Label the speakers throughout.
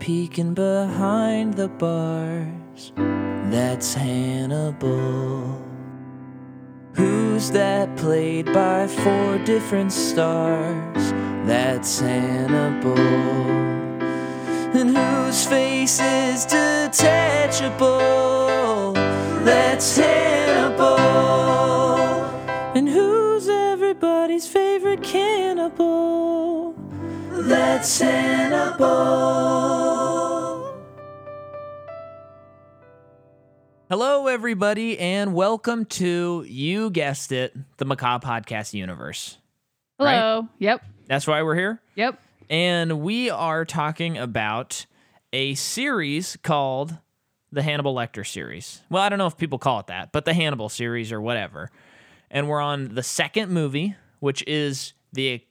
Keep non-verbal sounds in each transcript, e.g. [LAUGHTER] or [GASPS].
Speaker 1: peeking behind the bars. That's Hannibal. Who's that played by four different stars? That's Hannibal. And whose face is detachable? That's Hannibal. And who's everybody's favorite cannibal? That's Hannibal. Hello, everybody, and welcome to, you guessed it, the Macaw Podcast Universe. Right?
Speaker 2: Hello. Yep.
Speaker 1: That's why we're here.
Speaker 2: Yep.
Speaker 1: And we are talking about a series called the Hannibal Lecter series. Well, I don't know if people call it that, but the Hannibal series or whatever. And we're on the second movie, which is the e-,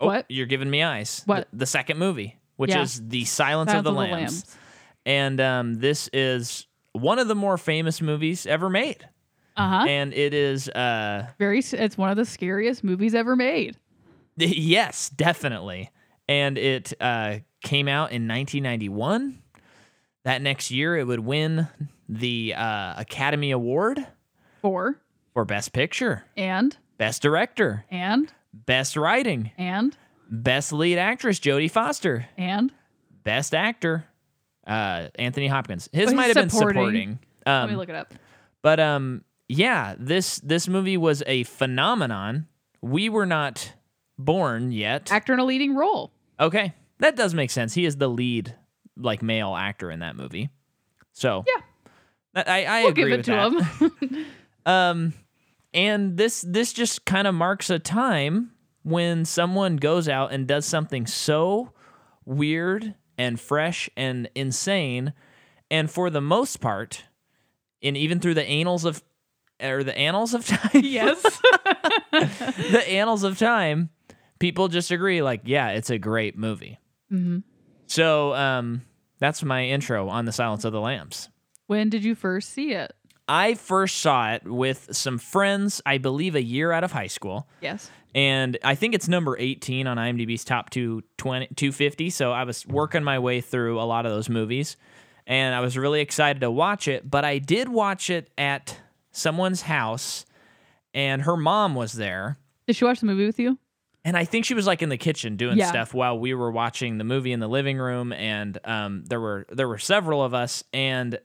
Speaker 1: Oh,
Speaker 2: What?
Speaker 1: you're giving me eyes.
Speaker 2: What?
Speaker 1: The, the second movie, which
Speaker 2: Yeah.
Speaker 1: is The Silence,
Speaker 2: Silence
Speaker 1: of the, Lambs. And um, this is one of the more famous movies ever made.
Speaker 2: Uh huh.
Speaker 1: And it is uh
Speaker 2: Very. s- It's one of the scariest movies ever made.
Speaker 1: Yes, definitely. And it uh, came out in 1991. That next year, it would win the uh, Academy Award
Speaker 2: Four
Speaker 1: for Best Picture,
Speaker 2: and
Speaker 1: Best Director,
Speaker 2: and
Speaker 1: Best Writing,
Speaker 2: and
Speaker 1: Best Lead Actress Jodie Foster,
Speaker 2: and
Speaker 1: Best Actor uh, Anthony Hopkins. His
Speaker 2: Oh, he's
Speaker 1: might have
Speaker 2: supporting.
Speaker 1: been supporting.
Speaker 2: let me
Speaker 1: Um,
Speaker 2: look it up.
Speaker 1: but um, yeah, this this movie was a phenomenon. We were not born yet.
Speaker 2: Actor in a leading role.
Speaker 1: Okay. That does make sense. He is the lead like male actor in that movie. So
Speaker 2: Yeah.
Speaker 1: That- I, I
Speaker 2: We'll
Speaker 1: agree with
Speaker 2: give it to
Speaker 1: that. [LAUGHS]
Speaker 2: him. [LAUGHS]
Speaker 1: Um and this this just kind of marks a time when someone goes out and does something so weird and fresh and insane and for the most part and even through the annals of or the annals of [LAUGHS] time
Speaker 2: yes.
Speaker 1: the annals of time, people just agree, like, yeah, it's a great movie.
Speaker 2: Mhm.
Speaker 1: So um, that's my intro on The Silence of the Lambs.
Speaker 2: when did you first see it?
Speaker 1: I first saw it with some friends, I believe a year out of high school.
Speaker 2: Yes.
Speaker 1: And I think it's number 18 on IMDb's top 220, 250. So I was working my way through a lot of those movies. And I was really excited to watch it. But I did watch it at someone's house, and her mom was there.
Speaker 2: Did she watch the movie with you?
Speaker 1: And I think she was like in the kitchen doing
Speaker 2: Yeah.
Speaker 1: stuff while we were watching the movie in the living room, and um, there were there were several of us. And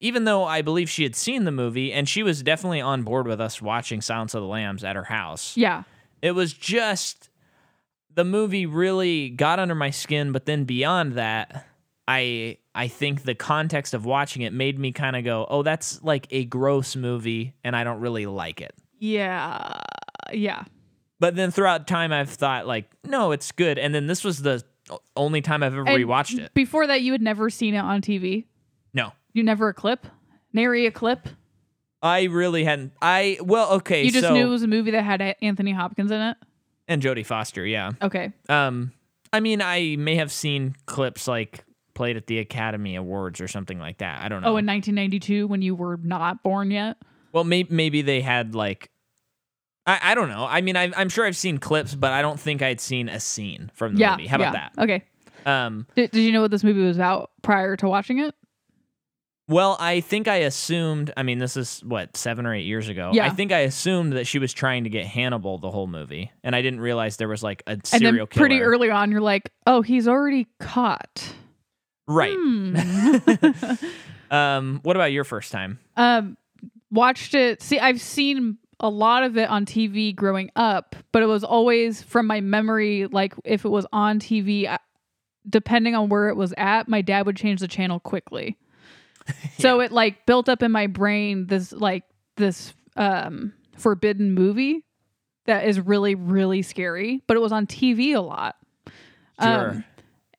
Speaker 1: even though I believe she had seen the movie, and she was definitely on board with us watching Silence of the Lambs at her house,
Speaker 2: Yeah.
Speaker 1: it was just the movie really got under my skin. But then beyond that, I I think the context of watching it made me kind of go, "Oh, that's like a gross movie, and I don't really like it."
Speaker 2: Yeah. Yeah.
Speaker 1: But then throughout time, I've thought like, no, it's good. And then this was the o- only time I've ever
Speaker 2: And
Speaker 1: rewatched it.
Speaker 2: Before that, you had never seen it on TV.
Speaker 1: No,
Speaker 2: You never a clip, nary a clip.
Speaker 1: I really hadn't. I well, okay,
Speaker 2: You just
Speaker 1: so
Speaker 2: knew it was a movie that had A- Anthony Hopkins in it.
Speaker 1: and Jodie Foster, yeah.
Speaker 2: Okay.
Speaker 1: Um, I mean, I may have seen clips like played at the Academy Awards or something like that. I don't know.
Speaker 2: Oh, in 1992 when you were not born yet.
Speaker 1: well, may- maybe they had like. I, I don't know. I mean, I, I'm sure I've seen clips, but I don't think I'd seen a scene from the
Speaker 2: yeah.
Speaker 1: movie. How about
Speaker 2: yeah. Okay.
Speaker 1: that? Um,
Speaker 2: Did, did you know what this movie was about prior to watching it?
Speaker 1: Well, I think I assumed. I mean, this is what seven or eight years ago.
Speaker 2: Yeah.
Speaker 1: I think I assumed that she was trying to get Hannibal the whole movie, and I didn't realize there was like a
Speaker 2: And
Speaker 1: serial
Speaker 2: then pretty
Speaker 1: killer.
Speaker 2: early on, you're like, oh, he's already caught.
Speaker 1: right?
Speaker 2: Hmm.
Speaker 1: [LAUGHS] Um, what about your first time?
Speaker 2: um, watched it. See, I've seen a lot of it on TV growing up, but it was always from my memory. Like if it was on TV, I, depending on where it was at, my dad would change the channel quickly. So it like built up in my brain this like this um forbidden movie that is really really scary, but it was on TV a lot.
Speaker 1: Sure.
Speaker 2: Um,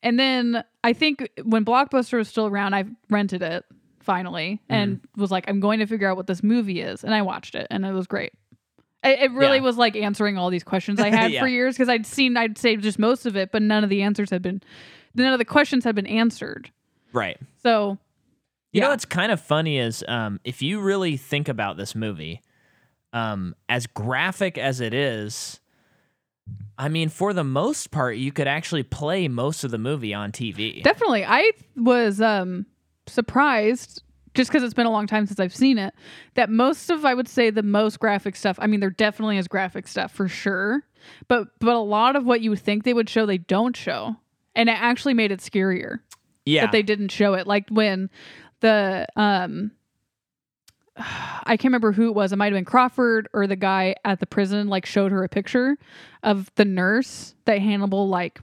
Speaker 2: and then I think when Blockbuster was still around, I rented it finally
Speaker 1: Mm-hmm.
Speaker 2: and was like, I'm going to figure out what this movie is. And I watched it and it was great. It, it really
Speaker 1: Yeah.
Speaker 2: was like answering all these
Speaker 1: [LAUGHS]
Speaker 2: questions I had
Speaker 1: Yeah.
Speaker 2: for years because I'd seen, I'd say just most of it, but none of the answers had been, none of the questions had been answered.
Speaker 1: right.
Speaker 2: So,
Speaker 1: You know
Speaker 2: yeah.
Speaker 1: what's kind of funny is um, if you really think about this movie, um, as graphic as it is, I mean, for the most part, you could actually play most of the movie on TV.
Speaker 2: Definitely. I was um surprised just because it's been a long time since I've seen it that most of I would say the most graphic stuff. I mean, there definitely is graphic stuff for sure, but but a lot of what you would think they would show they don't show, and it actually made it scarier
Speaker 1: yeah,
Speaker 2: that they didn't show it. Like when the um [SIGHS] I can't remember who it was. It might have been Crawford or the guy at the prison like showed her a picture of the nurse that Hannibal like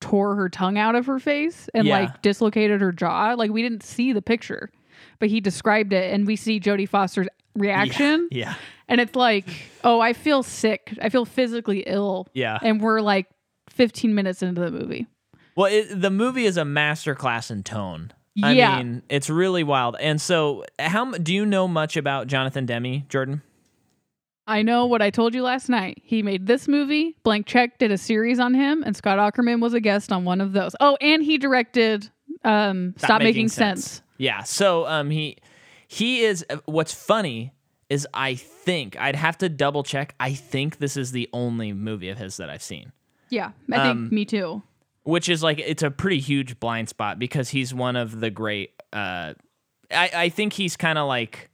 Speaker 2: tore her tongue out of her face and
Speaker 1: Yeah.
Speaker 2: like dislocated her jaw. Like we didn't see the picture, but he described it and we see Jodie Foster's reaction
Speaker 1: Yeah,
Speaker 2: and it's like, "Oh, I feel sick. I feel physically ill."
Speaker 1: yeah.
Speaker 2: And we're like 15 minutes into the movie.
Speaker 1: Well, it, the movie is a masterclass in tone. I
Speaker 2: Yeah.
Speaker 1: mean, it's really wild. And so, how m- do you know much about Jonathan Demi, Jordan?
Speaker 2: I know what I told you last night. He made this movie. Blank Check did a series on him, and Scott Ackerman was a guest on one of those. Oh, and he directed um, Stop, Making, Sense.
Speaker 1: Yeah. So, um, he he is. uh, What's funny is I think I'd have to double check. I think this is the only movie of his that I've seen.
Speaker 2: Yeah, I
Speaker 1: Um,
Speaker 2: think me too.
Speaker 1: which is like it's a pretty huge blind spot because he's one of the great uh I, I think he's kind of like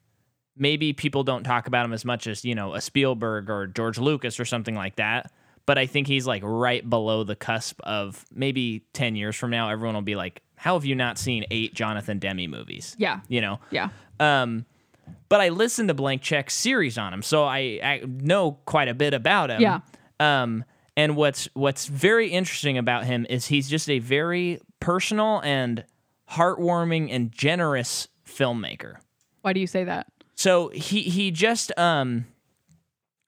Speaker 1: maybe people don't talk about him as much as you know a Spielberg or George Lucas or something like that but I think he's like right below the cusp of maybe 10 years from now everyone will be like how have you not seen eight Jonathan Demi movies
Speaker 2: Yeah,
Speaker 1: you know
Speaker 2: yeah,
Speaker 1: um but I listened to Blank Check's series on him so I, I know quite a bit about him
Speaker 2: Yeah.
Speaker 1: um, and what's what's very interesting about him is he's just a very personal and heartwarming and generous filmmaker.
Speaker 2: Why do you say that?
Speaker 1: So he he just um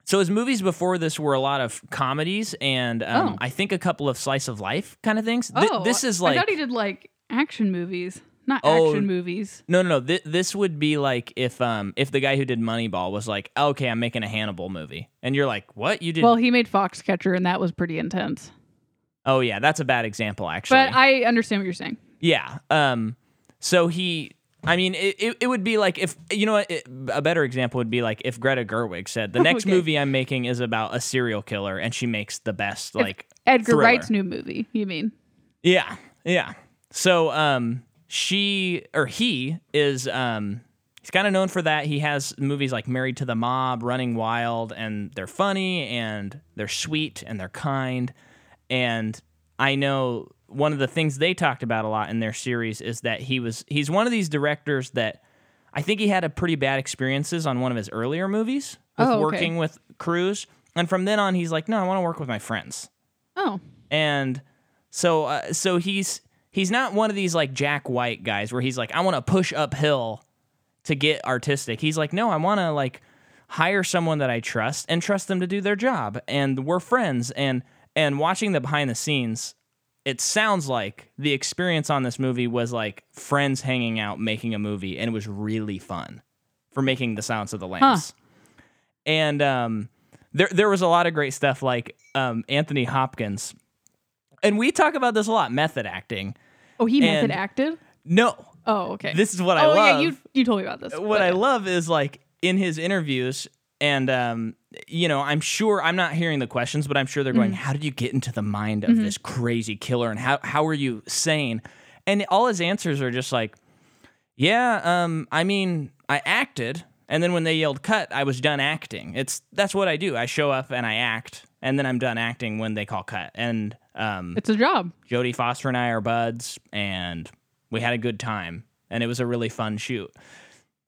Speaker 1: so his movies before this were a lot of comedies and um,
Speaker 2: Oh.
Speaker 1: I think a couple of slice of life kind of things. Th- this is like
Speaker 2: I thought he did like action movies, not
Speaker 1: Oh.
Speaker 2: action movies.
Speaker 1: no no no th- this would be like if um if the guy who did Moneyball was like okay I'm making a Hannibal movie and you're like what you did
Speaker 2: Well, he made Foxcatcher, and that was pretty intense.
Speaker 1: oh yeah that's a bad example actually
Speaker 2: But I understand what you're saying.
Speaker 1: Yeah. Um. So he. I mean, it, it, it would be like if you know what, it, a better example would be like if Greta Gerwig said the next
Speaker 2: [LAUGHS] Okay.
Speaker 1: movie I'm making is about a serial killer and she makes the best like
Speaker 2: Edgar
Speaker 1: thriller.
Speaker 2: Wright's new movie. You mean?
Speaker 1: yeah yeah so um she or he is um he's kind of known for that he has movies like Married to the Mob Running Wild and they're funny and they're sweet and they're kind and I know one of the things they talked about a lot in their series is that he was he's one of these directors that I think he had a pretty bad experiences on one of his earlier movies with
Speaker 2: Oh, okay.
Speaker 1: working with crews and from then on he's like no I want to work with my friends
Speaker 2: Oh,
Speaker 1: and so uh, so he's he's not one of these like Jack White guys where he's like I want to push uphill to get artistic. He's like no, I want to like hire someone that I trust and trust them to do their job and we're friends and and watching the behind the scenes it sounds like the experience on this movie was like friends hanging out making a movie and it was really fun for making the Silence of the Lambs and um, there there was a lot of great stuff like um, Anthony Hopkins, and we talk about this a lot. Method acting.
Speaker 2: oh, he
Speaker 1: And-
Speaker 2: method acted.
Speaker 1: No,
Speaker 2: Oh, okay.
Speaker 1: this is what I
Speaker 2: oh
Speaker 1: love.
Speaker 2: yeah, you you told me about this.
Speaker 1: what
Speaker 2: but-
Speaker 1: I love is like in his interviews, and um, you know, I'm sure I'm not hearing the questions, but I'm sure they're going, "How did you get into the mind of this crazy killer? And how how are you sane?" And all his answers are just like, "Yeah, um, I mean, I acted, and then when they yelled cut, I was done acting. It's that's what I do. I show up and I act, and then I'm done acting when they call cut. And um,
Speaker 2: It's a job.
Speaker 1: Jodie Foster and I are buds, and we had a good time, and it was a really fun shoot.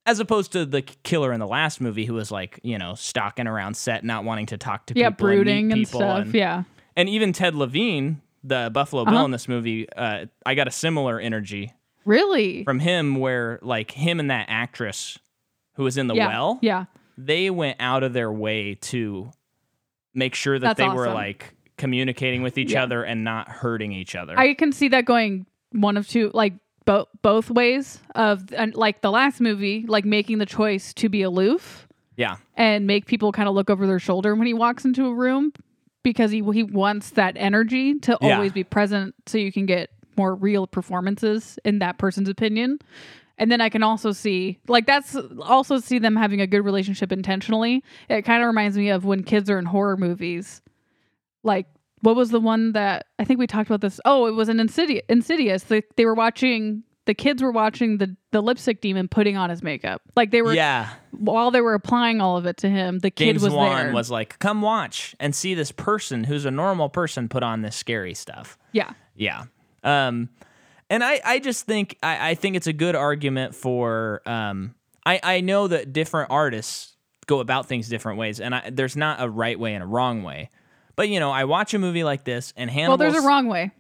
Speaker 1: As opposed to the killer in the last movie, who was like, you know, stalking around set, not wanting to talk to
Speaker 2: yeah,
Speaker 1: people, and meet
Speaker 2: brooding and,
Speaker 1: people,
Speaker 2: stuff.
Speaker 1: and,
Speaker 2: yeah.
Speaker 1: and even Ted Levine, the Buffalo Bill
Speaker 2: Uh-huh.
Speaker 1: in this movie, uh, I got a similar energy
Speaker 2: Really?
Speaker 1: from him, where like him and that actress who was in the
Speaker 2: yeah.
Speaker 1: well,
Speaker 2: Yeah.
Speaker 1: they went out of their way to make sure that
Speaker 2: That's
Speaker 1: they were
Speaker 2: awesome.
Speaker 1: like communicating with each
Speaker 2: Yeah.
Speaker 1: other and not hurting each other.
Speaker 2: I can see that going one of two like both both ways of and like the last movie, like making the choice to be aloof
Speaker 1: yeah.
Speaker 2: and make people kind of look over their shoulder when he walks into a room because he he wants that energy to
Speaker 1: Yeah.
Speaker 2: always be present so you can get more real performances in that person's opinion. And then I can also see like that's also see them having a good relationship intentionally. It kind of reminds me of when kids are in horror movies. Like what was the one that I think we talked about this? Oh, it was an Insidious. Insidious. The, they were watching. The kids were watching the the lipstick demon putting on his makeup. Like they were
Speaker 1: yeah.
Speaker 2: while they were applying all of it to him. The
Speaker 1: James
Speaker 2: kid was
Speaker 1: Wan
Speaker 2: there.
Speaker 1: was like, "Come watch and see this person who's a normal person put on this scary stuff."
Speaker 2: yeah,
Speaker 1: Yeah. Um, and I, I just think I, I think it's a good argument for um, I, I know that different artists go about things different ways, and I, there's not a right way and a wrong way. But you know, I watch a movie like this, and
Speaker 2: Well,
Speaker 1: Hannibal.
Speaker 2: there's a
Speaker 1: [LAUGHS]
Speaker 2: wrong way.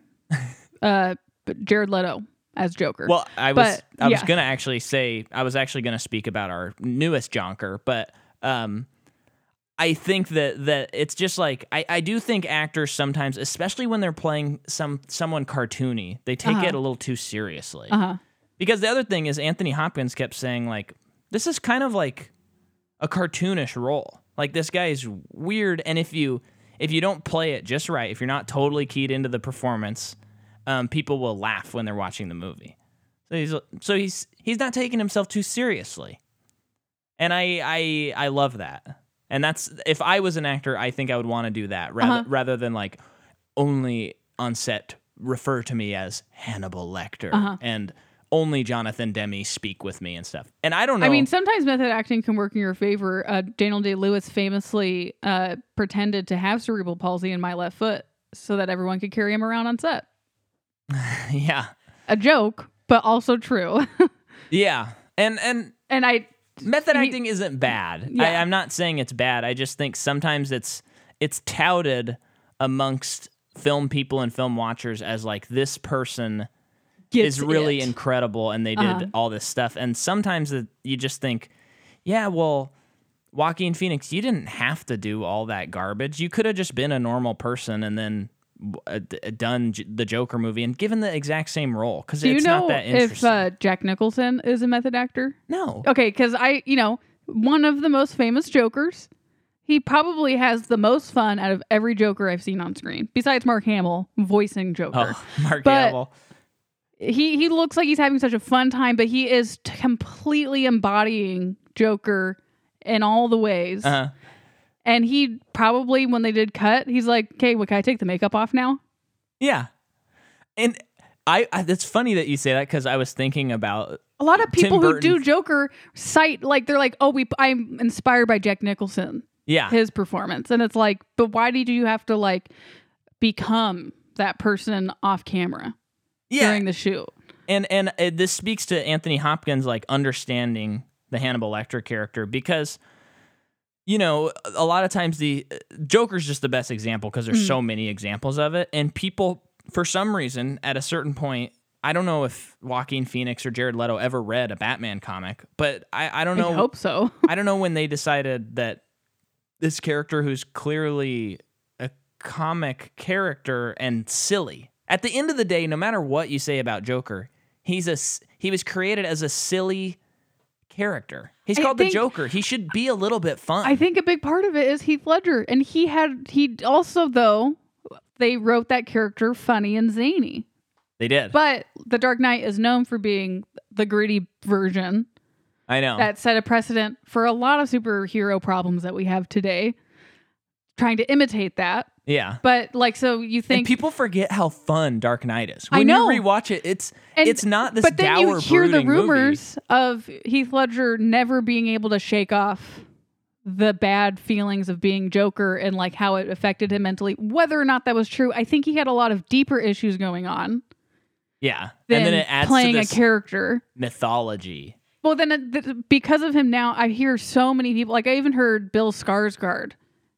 Speaker 2: Uh, but Jared Leto as Joker.
Speaker 1: Well, I was
Speaker 2: But,
Speaker 1: I was
Speaker 2: yeah.
Speaker 1: gonna actually say I was actually gonna speak about our newest Jonker, but um, I think that that it's just like I, I do think actors sometimes, especially when they're playing some someone cartoony, they take
Speaker 2: Uh-huh.
Speaker 1: it a little too seriously.
Speaker 2: uh huh.
Speaker 1: Because the other thing is Anthony Hopkins kept saying like this is kind of like a cartoonish role. Like this guy is weird and if you if you don't play it just right, if you're not totally keyed into the performance, um, people will laugh when they're watching the movie. So he's so he's he's not taking himself too seriously. And I I I love that. And that's if I was an actor, I think I would want to do that rather
Speaker 2: Uh-huh.
Speaker 1: rather than like only on set refer to me as Hannibal Lecter
Speaker 2: Uh-huh.
Speaker 1: and only Jonathan Demi speak with me and stuff. And I don't know.
Speaker 2: I mean, sometimes method acting can work in your favor. Uh, Daniel Day Lewis famously uh, pretended to have cerebral palsy in my left foot so that everyone could carry him around on set.
Speaker 1: [LAUGHS] yeah.
Speaker 2: A joke, but also true. [LAUGHS]
Speaker 1: Yeah. And and
Speaker 2: and I,
Speaker 1: method
Speaker 2: He-
Speaker 1: acting isn't bad.
Speaker 2: Yeah.
Speaker 1: I, I'm not saying it's bad. I just think sometimes it's it's touted amongst film people and film watchers as like this person
Speaker 2: gets
Speaker 1: is really
Speaker 2: it.
Speaker 1: incredible and they did
Speaker 2: Uh-huh.
Speaker 1: all this stuff. And sometimes it, you just think, yeah, well, Joaquin Phoenix, you didn't have to do all that garbage. You could have just been a normal person and then uh, d- done J- the Joker movie and given the exact same role because
Speaker 2: Do you
Speaker 1: it's
Speaker 2: know
Speaker 1: not that
Speaker 2: if
Speaker 1: interesting.
Speaker 2: uh, Jack Nicholson is a method actor?
Speaker 1: no.
Speaker 2: Okay, because I, you know, one of the most famous Jokers. He probably has the most fun out of every Joker I've seen on screen, besides Mark Hamill voicing Joker.
Speaker 1: Oh, [LAUGHS] Mark
Speaker 2: But-
Speaker 1: Hamill.
Speaker 2: he he looks like he's having such a fun time, but he is t- completely embodying Joker in all the ways.
Speaker 1: Uh-huh.
Speaker 2: And he probably, when they did cut, he's like, "Okay, well, can I take the makeup off now?"
Speaker 1: Yeah. And I, I it's funny that you say that because I was thinking about
Speaker 2: A lot of
Speaker 1: Tim
Speaker 2: people who
Speaker 1: Burton.
Speaker 2: do Joker cite like they're like, "Oh, we I'm inspired by Jack Nicholson,
Speaker 1: yeah.
Speaker 2: his performance," and it's like, but why did you have to like become that person off camera
Speaker 1: yeah.
Speaker 2: during the shoot?
Speaker 1: and and uh, this speaks to Anthony Hopkins like understanding the Hannibal Lecter character because you know a lot of times the uh, Joker's just the best example because there's
Speaker 2: Mm-hmm.
Speaker 1: so many examples of it and people for some reason at a certain point I don't know if Joaquin Phoenix or Jared Leto ever read a Batman comic but I I don't know
Speaker 2: I hope so.
Speaker 1: I don't know when they decided that this character who's clearly a comic character and silly. At the end of the day, no matter what you say about Joker, he's a s- he was created as a silly character. He's
Speaker 2: I
Speaker 1: called the
Speaker 2: think-
Speaker 1: Joker. He should be a little bit fun.
Speaker 2: I think a big part of it is Heath Ledger, and he had he also though they wrote that character funny and zany.
Speaker 1: they did.
Speaker 2: But The Dark Knight is known for being the gritty version
Speaker 1: I know.
Speaker 2: that set a precedent for a lot of superhero problems that we have today. Trying to imitate that,
Speaker 1: yeah.
Speaker 2: but like so you
Speaker 1: And
Speaker 2: think
Speaker 1: people forget how fun Dark Knight is.
Speaker 2: I
Speaker 1: When
Speaker 2: know.
Speaker 1: you rewatch it, it's
Speaker 2: And-
Speaker 1: it's not this
Speaker 2: but then you
Speaker 1: dour
Speaker 2: hear the
Speaker 1: brooding movie.
Speaker 2: rumors of Heath Ledger never being able to shake off the bad feelings of being Joker and like how it affected him mentally. Whether or not that was true, I think he had a lot of deeper issues going on
Speaker 1: Yeah.
Speaker 2: than
Speaker 1: and then it adds
Speaker 2: playing
Speaker 1: to
Speaker 2: a
Speaker 1: this
Speaker 2: character.
Speaker 1: mythology.
Speaker 2: Well, then it, th- because of him now, I hear so many people. Like I even heard Bill Skarsgård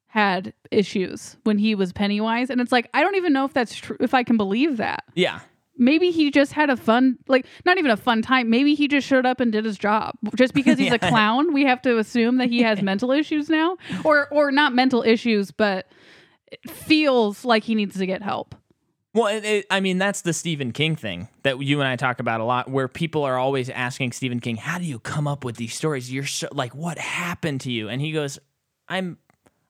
Speaker 2: had issues when he was Pennywise, and it's like I don't even know if that's true. If I can believe that,
Speaker 1: Yeah.
Speaker 2: maybe he just had a fun like not even a fun time maybe he just showed up and did his job just because he's a
Speaker 1: [LAUGHS] Yeah.
Speaker 2: clown we have to assume that he
Speaker 1: [LAUGHS]
Speaker 2: has mental issues now or or not mental issues but it feels like he needs to get help
Speaker 1: Well, it, it, I mean, that's the Stephen King thing that you and I talk about a lot, where people are always asking Stephen King, "How do you come up with these stories? You're so like, what happened to you?" And he goes, "I'm,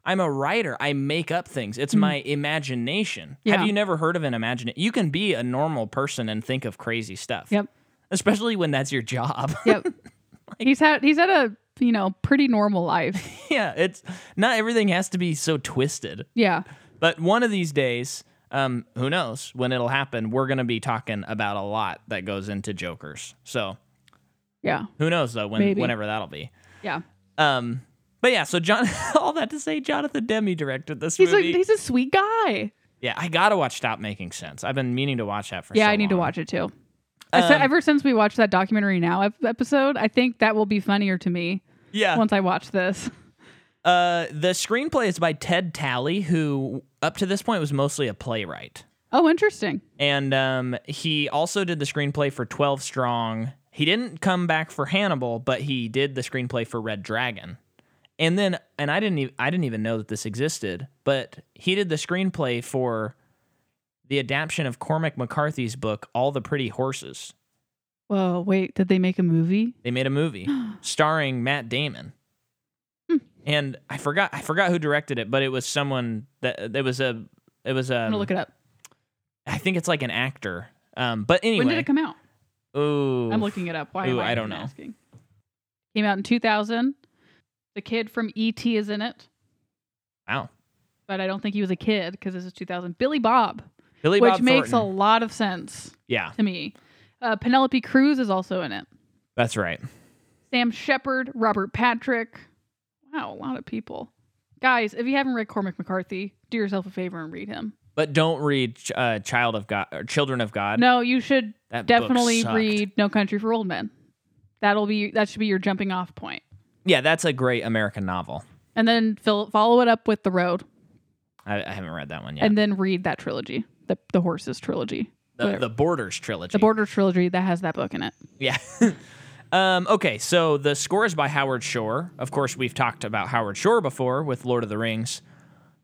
Speaker 1: I'm a writer. I make up things. It's my imagination.
Speaker 2: Mm. Yeah.
Speaker 1: Have you never heard of an imagination? You can be a normal person and think of crazy stuff.
Speaker 2: Yep.
Speaker 1: Especially when that's your job. [LAUGHS]
Speaker 2: yep he's had he's had a you know pretty normal life
Speaker 1: [LAUGHS] yeah. It's not everything has to be so twisted.
Speaker 2: yeah
Speaker 1: But one of these days, um, who knows when it'll happen? We're gonna be talking about a lot that goes into Joker's. So
Speaker 2: Yeah.
Speaker 1: who knows though when
Speaker 2: Maybe.
Speaker 1: whenever that'll be.
Speaker 2: Yeah.
Speaker 1: Um, but yeah, so John, [LAUGHS] all that to say, Jonathan Demi directed this
Speaker 2: He's like
Speaker 1: movie.
Speaker 2: he's a sweet guy.
Speaker 1: yeah, I gotta watch Stop Making Sense. I've been meaning to watch that for.
Speaker 2: yeah,
Speaker 1: so
Speaker 2: I need to
Speaker 1: long.
Speaker 2: watch it too. I said,
Speaker 1: Um,
Speaker 2: ever since we watched that documentary now ep- episode, I think that will be funnier to me
Speaker 1: Yeah,
Speaker 2: once I watch this.
Speaker 1: Uh, the screenplay is by Ted Talley, who up to this point was mostly a playwright,
Speaker 2: Oh, interesting.
Speaker 1: and um, he also did the screenplay for Twelve Strong. He didn't come back for Hannibal, but he did the screenplay for Red Dragon. And then, and I didn't, even, I didn't even know that this existed, but he did the screenplay for the adaptation of Cormac McCarthy's book All the Pretty Horses.
Speaker 2: Whoa, wait, did they make a movie?
Speaker 1: They made a
Speaker 2: [GASPS]
Speaker 1: movie starring Matt Damon.
Speaker 2: Hmm.
Speaker 1: And I forgot I forgot who directed it, but it was someone that it was a it was
Speaker 2: I'm
Speaker 1: a
Speaker 2: gonna look it up.
Speaker 1: I think it's like an actor. Um but anyway.
Speaker 2: When did it come out?
Speaker 1: Ooh.
Speaker 2: I'm looking it up. Why?
Speaker 1: Ooh,
Speaker 2: am I,
Speaker 1: I don't
Speaker 2: even
Speaker 1: know.
Speaker 2: Asking? Came out in 2000. The kid from ET is in it,
Speaker 1: Wow.
Speaker 2: but I don't think he was a kid because this is 2000. Billy Bob,
Speaker 1: Billy
Speaker 2: which
Speaker 1: Bob
Speaker 2: makes
Speaker 1: Thornton.
Speaker 2: a lot of sense
Speaker 1: Yeah,
Speaker 2: to me. Uh, Penelope Cruz is also in it.
Speaker 1: that's right.
Speaker 2: Sam Shepard, Robert Patrick. Wow, a lot of people. Guys, if you haven't read Cormac McCarthy, do yourself a favor and read him.
Speaker 1: But don't read Ch- uh, Child of God or Children of God.
Speaker 2: No, you should
Speaker 1: that book
Speaker 2: definitely
Speaker 1: sucked.
Speaker 2: read No Country for Old Men. That'll be that should be your jumping off point.
Speaker 1: Yeah, that's a great American novel.
Speaker 2: And then fill, follow it up with The Road.
Speaker 1: I, I haven't read that one yet.
Speaker 2: and then read that trilogy, the the horses trilogy,
Speaker 1: the,
Speaker 2: whatever.
Speaker 1: the Borders trilogy.
Speaker 2: the border trilogy that has that book in it.
Speaker 1: Yeah. [LAUGHS] um, okay, so the score is by Howard Shore. Of course, we've talked about Howard Shore before with Lord of the Rings.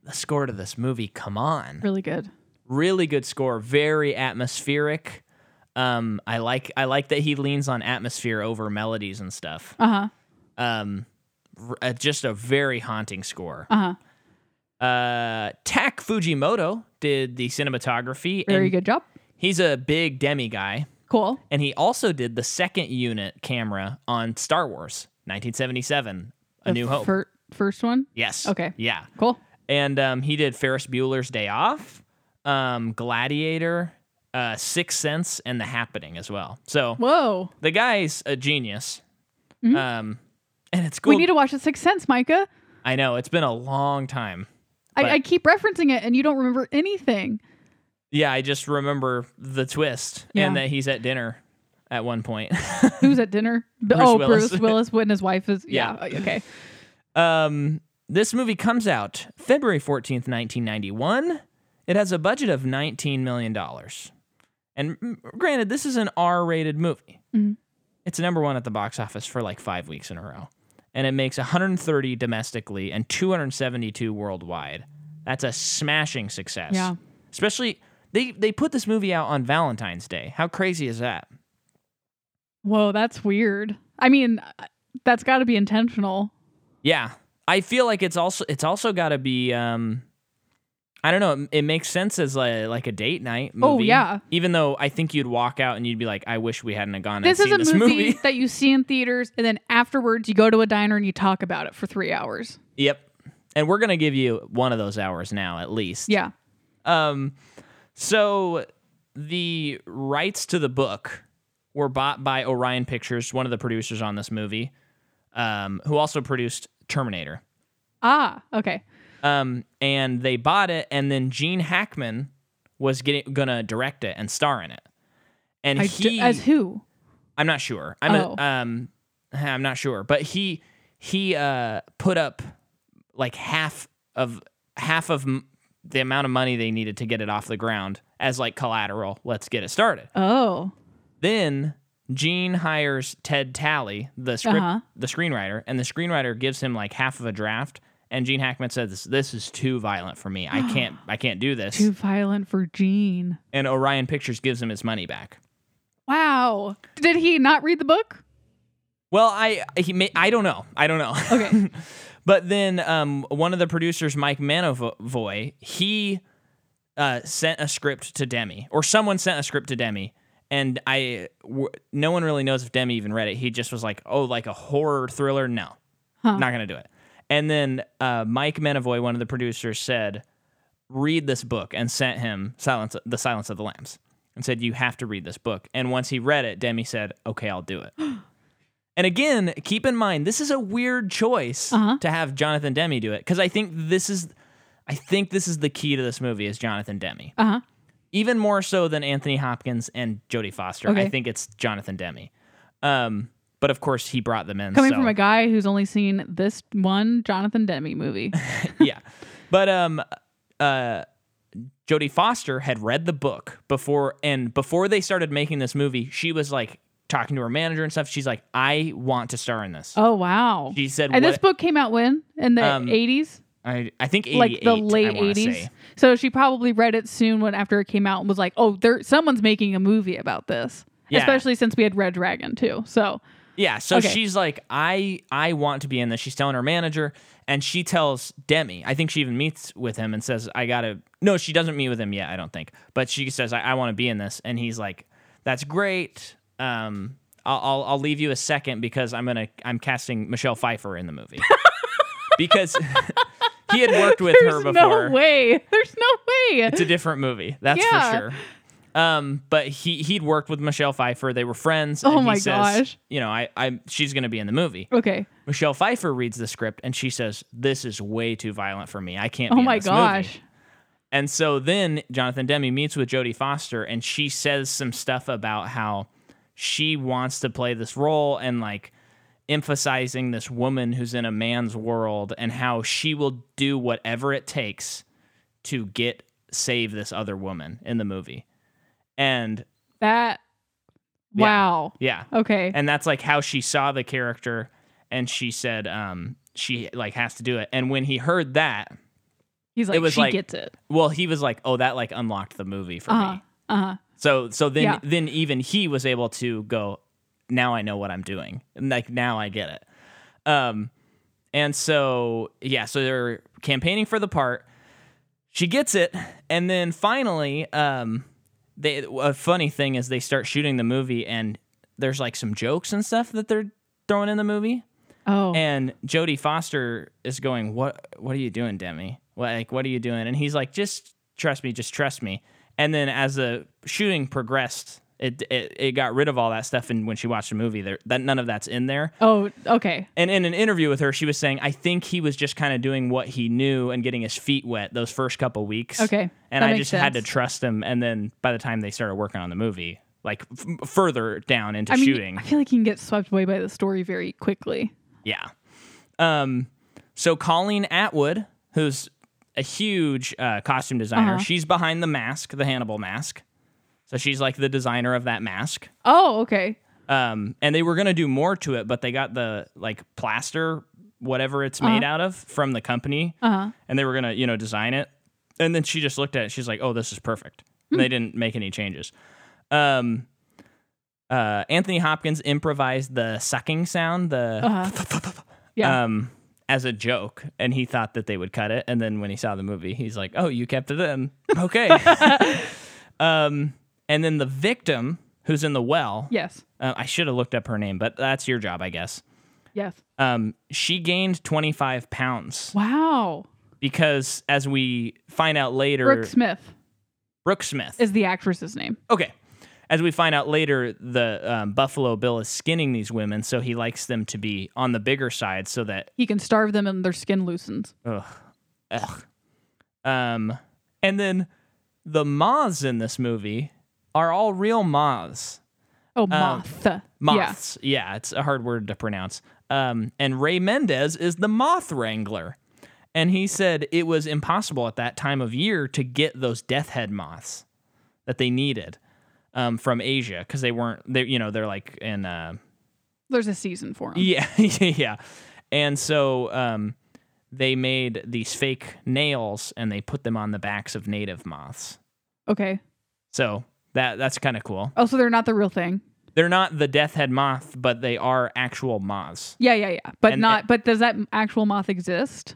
Speaker 1: The score to this movie, come on.
Speaker 2: Really good.
Speaker 1: Really good score, very atmospheric. Um, I like I like that he leans on atmosphere over melodies and stuff.
Speaker 2: Uh huh.
Speaker 1: Um, r- uh, just a very haunting score.
Speaker 2: Uh huh.
Speaker 1: Uh, Tak Fujimoto did the cinematography,
Speaker 2: Very
Speaker 1: and
Speaker 2: good job.
Speaker 1: he's a big demi guy.
Speaker 2: Cool.
Speaker 1: And he also did the second unit camera on Star Wars, 1977, A
Speaker 2: The
Speaker 1: New Hope.
Speaker 2: fir- first one.
Speaker 1: yes.
Speaker 2: Okay.
Speaker 1: Yeah.
Speaker 2: Cool.
Speaker 1: And um, he did Ferris Bueller's Day Off, um, Gladiator, uh, Sixth Sense, and The Happening as well. So
Speaker 2: Whoa.
Speaker 1: the guy's a genius. Um, and it's cool.
Speaker 2: Mm-hmm. We need to watch The Sixth Sense, Micah.
Speaker 1: I know it's been a long time. But-
Speaker 2: I, I keep referencing it, and you don't remember anything.
Speaker 1: Yeah, I just remember the twist
Speaker 2: Yeah.
Speaker 1: and that he's at dinner at one point. [LAUGHS]
Speaker 2: Who's at dinner? B-
Speaker 1: Bruce
Speaker 2: oh,
Speaker 1: Willis.
Speaker 2: Bruce Willis when his wife is. Yeah.
Speaker 1: [LAUGHS] Yeah.
Speaker 2: Okay.
Speaker 1: Um, this movie comes out February 14th, 1991. It has a budget of $19 million. And mm, granted, this is an R rated movie.
Speaker 2: Mhm.
Speaker 1: It's number one at the box office for like five weeks in a row. And it makes 130 domestically and 272 worldwide. That's a smashing success.
Speaker 2: Yeah.
Speaker 1: Especially, they, they put this movie out on Valentine's Day. How crazy is that?
Speaker 2: Whoa, that's weird. I mean, that's got to be intentional.
Speaker 1: Yeah, I feel like it's also it's also got to be. Um, I don't know. It, it makes sense as like, like a date night movie.
Speaker 2: Oh, yeah.
Speaker 1: Even though I think you'd walk out and you'd be like, I wish we hadn't have gone
Speaker 2: this
Speaker 1: and
Speaker 2: is
Speaker 1: seen
Speaker 2: a
Speaker 1: this
Speaker 2: movie,
Speaker 1: movie.
Speaker 2: [LAUGHS]
Speaker 1: [LAUGHS]
Speaker 2: that you see in theaters and then afterwards you go to a diner and you talk about it for three hours
Speaker 1: yep. And we're gonna give you one of those hours now, at least.
Speaker 2: yeah
Speaker 1: Um, so the rights to the book were bought by Orion Pictures, one of the producers on this movie, um, who also produced Terminator.
Speaker 2: ah okay
Speaker 1: um, and they bought it, and then Gene Hackman was getting gonna direct it and star in it. And
Speaker 2: I d-
Speaker 1: he,
Speaker 2: as who
Speaker 1: I'm not sure. I'm a-
Speaker 2: Oh.
Speaker 1: um, [LAUGHS] I'm not sure, but he he uh put up like half of half of m- the amount of money they needed to get it off the ground as like collateral. Let's get it started.
Speaker 2: oh
Speaker 1: Then Gene hires Ted Talley, the script,
Speaker 2: Uh-huh.
Speaker 1: the screenwriter, and the screenwriter gives him like half of a draft. And Gene Hackman says, "This is too violent for
Speaker 2: [GASPS]
Speaker 1: me. I can't, I can't do this."
Speaker 2: too violent for gene
Speaker 1: And Orion Pictures gives him his money back.
Speaker 2: wow did he not read the book
Speaker 1: Well, I, he may, I don't know, I don't know.
Speaker 2: okay
Speaker 1: [LAUGHS] But then um, one of the producers, Mike Manovoy, he uh, sent a script to Demi, or someone sent a script to Demi, and I w- no one really knows if Demi even read it. He just was like, "Oh, like a horror thriller? No,
Speaker 2: Huh.
Speaker 1: not gonna do it." And then uh, Mike Manavoy, one of the producers, said, read this book and sent him Silence the Silence of the Lambs and said you have to read this book. And once he read it, Demi said, "Okay, I'll do it."
Speaker 2: [GASPS]
Speaker 1: and again, keep in mind this is a weird choice
Speaker 2: Uh-huh.
Speaker 1: to have Jonathan Demi do it cuz I think this is I think this is the key to this movie is Jonathan Demi.
Speaker 2: Uh huh.
Speaker 1: Even more so than Anthony Hopkins and Jodie Foster. I
Speaker 2: Okay.
Speaker 1: think it's Jonathan Demi. Um but of course he brought them in.
Speaker 2: Coming
Speaker 1: so.
Speaker 2: from a guy who's only seen this one Jonathan
Speaker 1: [LAUGHS]
Speaker 2: Demi movie.
Speaker 1: yeah. But um uh Jodie Foster had read the book before and before they started making this movie, she was like talking to her manager and stuff. She's like, I want to star in this.
Speaker 2: Oh wow.
Speaker 1: She said
Speaker 2: and
Speaker 1: what
Speaker 2: this book came out when? In the
Speaker 1: Um,
Speaker 2: eighties?
Speaker 1: I, I think 88,
Speaker 2: Like the
Speaker 1: I
Speaker 2: late
Speaker 1: wanna
Speaker 2: eighties.
Speaker 1: say.
Speaker 2: So she probably read it soon when after it came out and was like, Oh, there someone's making a movie about this.
Speaker 1: Yeah.
Speaker 2: Especially since we had Red Dragon too. So
Speaker 1: Yeah, so
Speaker 2: Okay.
Speaker 1: she's like, I I want to be in this. She's telling her manager, and she tells Demi. I think she even meets with him and says, I gotta. No, she doesn't meet with him yet. I don't think, but she says, I, I want to be in this, and he's like, That's great. Um, I'll, I'll I'll leave you a second because I'm gonna I'm casting Michelle Pfeiffer in the
Speaker 2: [LAUGHS]
Speaker 1: movie because [LAUGHS] he had worked with her
Speaker 2: there's
Speaker 1: before.
Speaker 2: no way. There's no way.
Speaker 1: It's a different movie, that's
Speaker 2: Yeah.
Speaker 1: for sure. Um, but he he'd worked with Michelle Pfeiffer. They were friends.
Speaker 2: Oh
Speaker 1: and he
Speaker 2: my
Speaker 1: says,
Speaker 2: gosh.
Speaker 1: You know, I I she's gonna be in the movie.
Speaker 2: Okay.
Speaker 1: Michelle Pfeiffer reads the script and she says, "This is way too violent for me. I can't."
Speaker 2: Oh
Speaker 1: be in
Speaker 2: my
Speaker 1: this movie."
Speaker 2: gosh.
Speaker 1: And so then Jonathan Demi meets with Jodie Foster and she says some stuff about how she wants to play this role and like emphasizing this woman who's in a man's world and how she will do whatever it takes to get save this other woman in the movie. And
Speaker 2: That
Speaker 1: Yeah.
Speaker 2: wow.
Speaker 1: yeah,
Speaker 2: Okay.
Speaker 1: and that's like how she saw the character and she said um she like has to do it and when he heard that
Speaker 2: He's like,
Speaker 1: was
Speaker 2: she
Speaker 1: like-
Speaker 2: gets it.
Speaker 1: well he was like oh that like unlocked the movie for
Speaker 2: Uh huh.
Speaker 1: me
Speaker 2: Uh huh.
Speaker 1: so so then
Speaker 2: Yeah.
Speaker 1: then even he was able to go now i know what i'm doing and like now i get it um and so yeah so they're campaigning for the part she gets it and then finally um they a funny thing is they start shooting the movie and there's like some jokes and stuff that they're throwing in the movie
Speaker 2: Oh.
Speaker 1: and Jodie Foster is going, "What? What are you doing, Demi? What, like, what are you doing?" And he's like, "Just trust me, just trust me." And then as the shooting progressed, it it, it got rid of all that stuff. And when she watched the movie, there that none of that's in there.
Speaker 2: oh, okay.
Speaker 1: And in an interview with her, she was saying, "I think he was just kind of doing what he knew and getting his feet wet those first couple weeks."
Speaker 2: Okay,
Speaker 1: and
Speaker 2: that
Speaker 1: I just
Speaker 2: makes
Speaker 1: had to
Speaker 2: sense.
Speaker 1: trust him. And then by the time they started working on the movie, like f- further down into
Speaker 2: I mean,
Speaker 1: shooting,
Speaker 2: I feel like you can get swept away by the story very quickly.
Speaker 1: Yeah. Um, so Colleen Atwood, who's a huge uh, costume designer,
Speaker 2: Uh-huh.
Speaker 1: she's behind the mask, the Hannibal mask. So she's like the designer of that mask.
Speaker 2: Oh, okay.
Speaker 1: Um, and they were gonna do more to it, but they got the like plaster, whatever it's made out of, from the company,
Speaker 2: Uh-huh.
Speaker 1: and they were gonna you know design it. And then she just looked at it. She's like, "Oh, this is perfect."
Speaker 2: Hmm.
Speaker 1: And they didn't make any changes. Um, uh, Anthony Hopkins improvised the sucking sound, the
Speaker 2: Uh-huh. Yeah.
Speaker 1: um, as a joke, and he thought that they would cut it. And then when he saw the movie, he's like, "Oh, you kept it in,
Speaker 2: [LAUGHS]
Speaker 1: okay." um, and then the victim, who's in the well,
Speaker 2: yes.
Speaker 1: uh, I should have looked up her name, but that's your job, I guess.
Speaker 2: Yes.
Speaker 1: Um, she gained 25 pounds
Speaker 2: Wow.
Speaker 1: because, as we find out later,
Speaker 2: Brooke Smith
Speaker 1: Brooke Smith.
Speaker 2: is the actress's name.
Speaker 1: okay. As we find out later, the um, Buffalo Bill is skinning these women, so he likes them to be on the bigger side so that
Speaker 2: He can starve them and their skin loosens.
Speaker 1: Ugh. Ugh. Um, and then the moths in this movie are all real moths. Um,
Speaker 2: Oh, moth.
Speaker 1: Moths. Yeah, it's a hard word to pronounce. Um, and Ray Mendez is the moth wrangler. And he said it was impossible at that time of year to get those death head moths that they needed um, from Asia because they weren't, they, you know, they're like in. Uh, [LAUGHS]
Speaker 2: There's a season for him.
Speaker 1: yeah, [LAUGHS] yeah. And so um, they made these fake nails and they put them on the backs of native moths.
Speaker 2: Okay.
Speaker 1: So that that's kind of cool.
Speaker 2: Oh, so they're not the real thing.
Speaker 1: They're not the death head moth, but they are actual moths.
Speaker 2: Yeah, yeah, yeah. But
Speaker 1: And-
Speaker 2: not. but does that actual moth exist?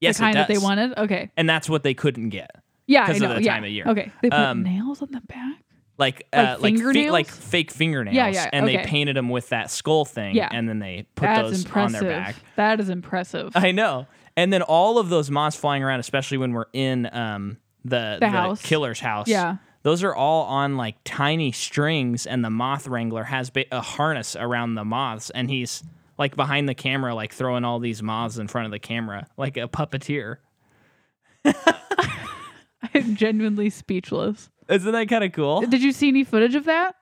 Speaker 1: Yes,
Speaker 2: the kind
Speaker 1: it does.
Speaker 2: that they wanted. Okay.
Speaker 1: And that's what they couldn't get.
Speaker 2: Yeah, I
Speaker 1: 'Cause of
Speaker 2: know.
Speaker 1: the
Speaker 2: yeah.
Speaker 1: time of year.
Speaker 2: Okay. They put
Speaker 1: Um,
Speaker 2: nails on the back.
Speaker 1: Like
Speaker 2: Like
Speaker 1: uh, like, fi-
Speaker 2: fingernails?
Speaker 1: like fake fingernails.
Speaker 2: Yeah, yeah,
Speaker 1: And they
Speaker 2: okay.
Speaker 1: painted them with that skull thing.
Speaker 2: Yeah.
Speaker 1: And then they put
Speaker 2: That's
Speaker 1: those
Speaker 2: impressive.
Speaker 1: on their back.
Speaker 2: That is impressive.
Speaker 1: I know. And then all of those moths flying around, especially when we're in um,
Speaker 3: the,
Speaker 2: The house.
Speaker 3: killer's
Speaker 2: [LAUGHS]
Speaker 3: house.
Speaker 2: Yeah. [LAUGHS]
Speaker 1: Those are all on like tiny strings, and the moth wrangler has ba- a harness around the moths, and he's like behind the camera, like throwing all these moths in front of the camera, like a puppeteer.
Speaker 2: I'm genuinely speechless.
Speaker 1: Isn't that kind of cool?
Speaker 2: Did you see any footage of that?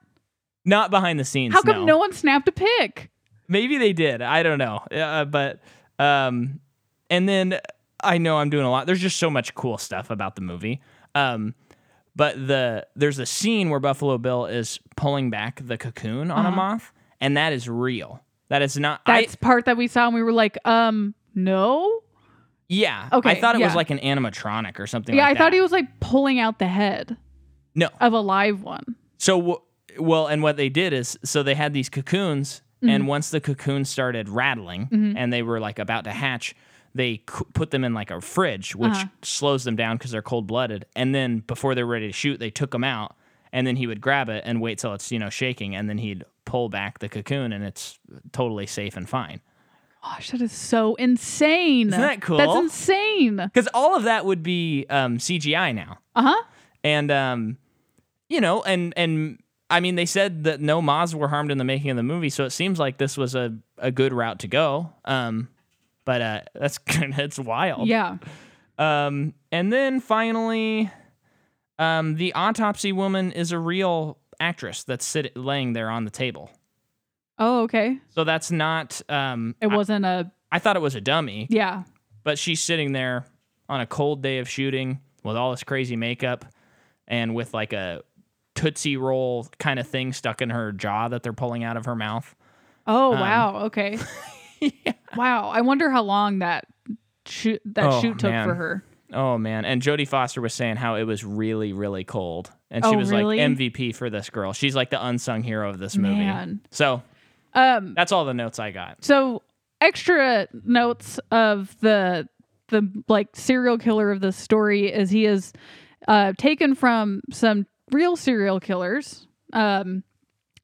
Speaker 1: Not behind the scenes.
Speaker 2: How come
Speaker 1: no.
Speaker 2: no, one snapped a pic?
Speaker 1: Maybe they did. I don't know. Uh, but um, and then I know I'm doing a lot. There's just so much cool stuff about the movie. Um, but the there's a scene where Buffalo Bill is pulling back the cocoon on a moth, and that is real. That is not.
Speaker 2: Uh-huh. That's
Speaker 1: I
Speaker 2: part that we saw and we were like, um, no.
Speaker 1: yeah.
Speaker 2: Okay,
Speaker 1: I thought it
Speaker 2: yeah.
Speaker 1: was like an animatronic or something.
Speaker 2: yeah,
Speaker 1: like
Speaker 2: I thought
Speaker 1: that.
Speaker 2: he was like pulling out the head
Speaker 1: No.
Speaker 2: of a live one.
Speaker 1: So w- well, and what they did is so they had these cocoons, and once the cocoons started rattling and they were like about to hatch, they c- put them in like a fridge, which slows them down because they're cold blooded. And then before they're ready to shoot, they took them out, and then he would grab it and wait till it's you know shaking, and then he'd pull back the cocoon, and it's totally safe and fine.
Speaker 2: Gosh, that is so insane.
Speaker 1: Isn't that cool?
Speaker 2: That's insane.
Speaker 1: Because all of that would be um, CGI now.
Speaker 2: Uh huh.
Speaker 1: and um, you know, and and I mean, they said that no moths were harmed in the making of the movie, so it seems like this was a, a good route to go. Um, but uh, that's [LAUGHS] that's wild.
Speaker 2: Yeah.
Speaker 1: Um, and then finally, um, the autopsy woman is a real actress that's sit- laying there on the table.
Speaker 2: Oh, okay.
Speaker 1: So that's not. Um,
Speaker 2: It
Speaker 1: I-
Speaker 2: wasn't a
Speaker 1: I, thought it was a dummy,
Speaker 2: yeah.
Speaker 1: but she's sitting there on a cold day of shooting with all this crazy makeup and with like a tootsie roll kind of thing stuck in her jaw that they're pulling out of her mouth.
Speaker 2: Oh
Speaker 1: Um, [LAUGHS]
Speaker 2: wow. Okay. Wow. I wonder how long that shoot that
Speaker 1: Oh,
Speaker 2: shoot took
Speaker 1: man.
Speaker 2: for her.
Speaker 1: Oh man! And Jodie Foster was saying how it was really, really cold, and she
Speaker 2: Oh,
Speaker 1: was
Speaker 2: really?
Speaker 1: like MVP for this girl. She's like the unsung hero of this movie.
Speaker 2: Man.
Speaker 1: So
Speaker 2: Um.
Speaker 1: that's all the notes I got.
Speaker 2: So extra notes of the the like serial killer of this story is he is uh, taken from some real serial killers. Um.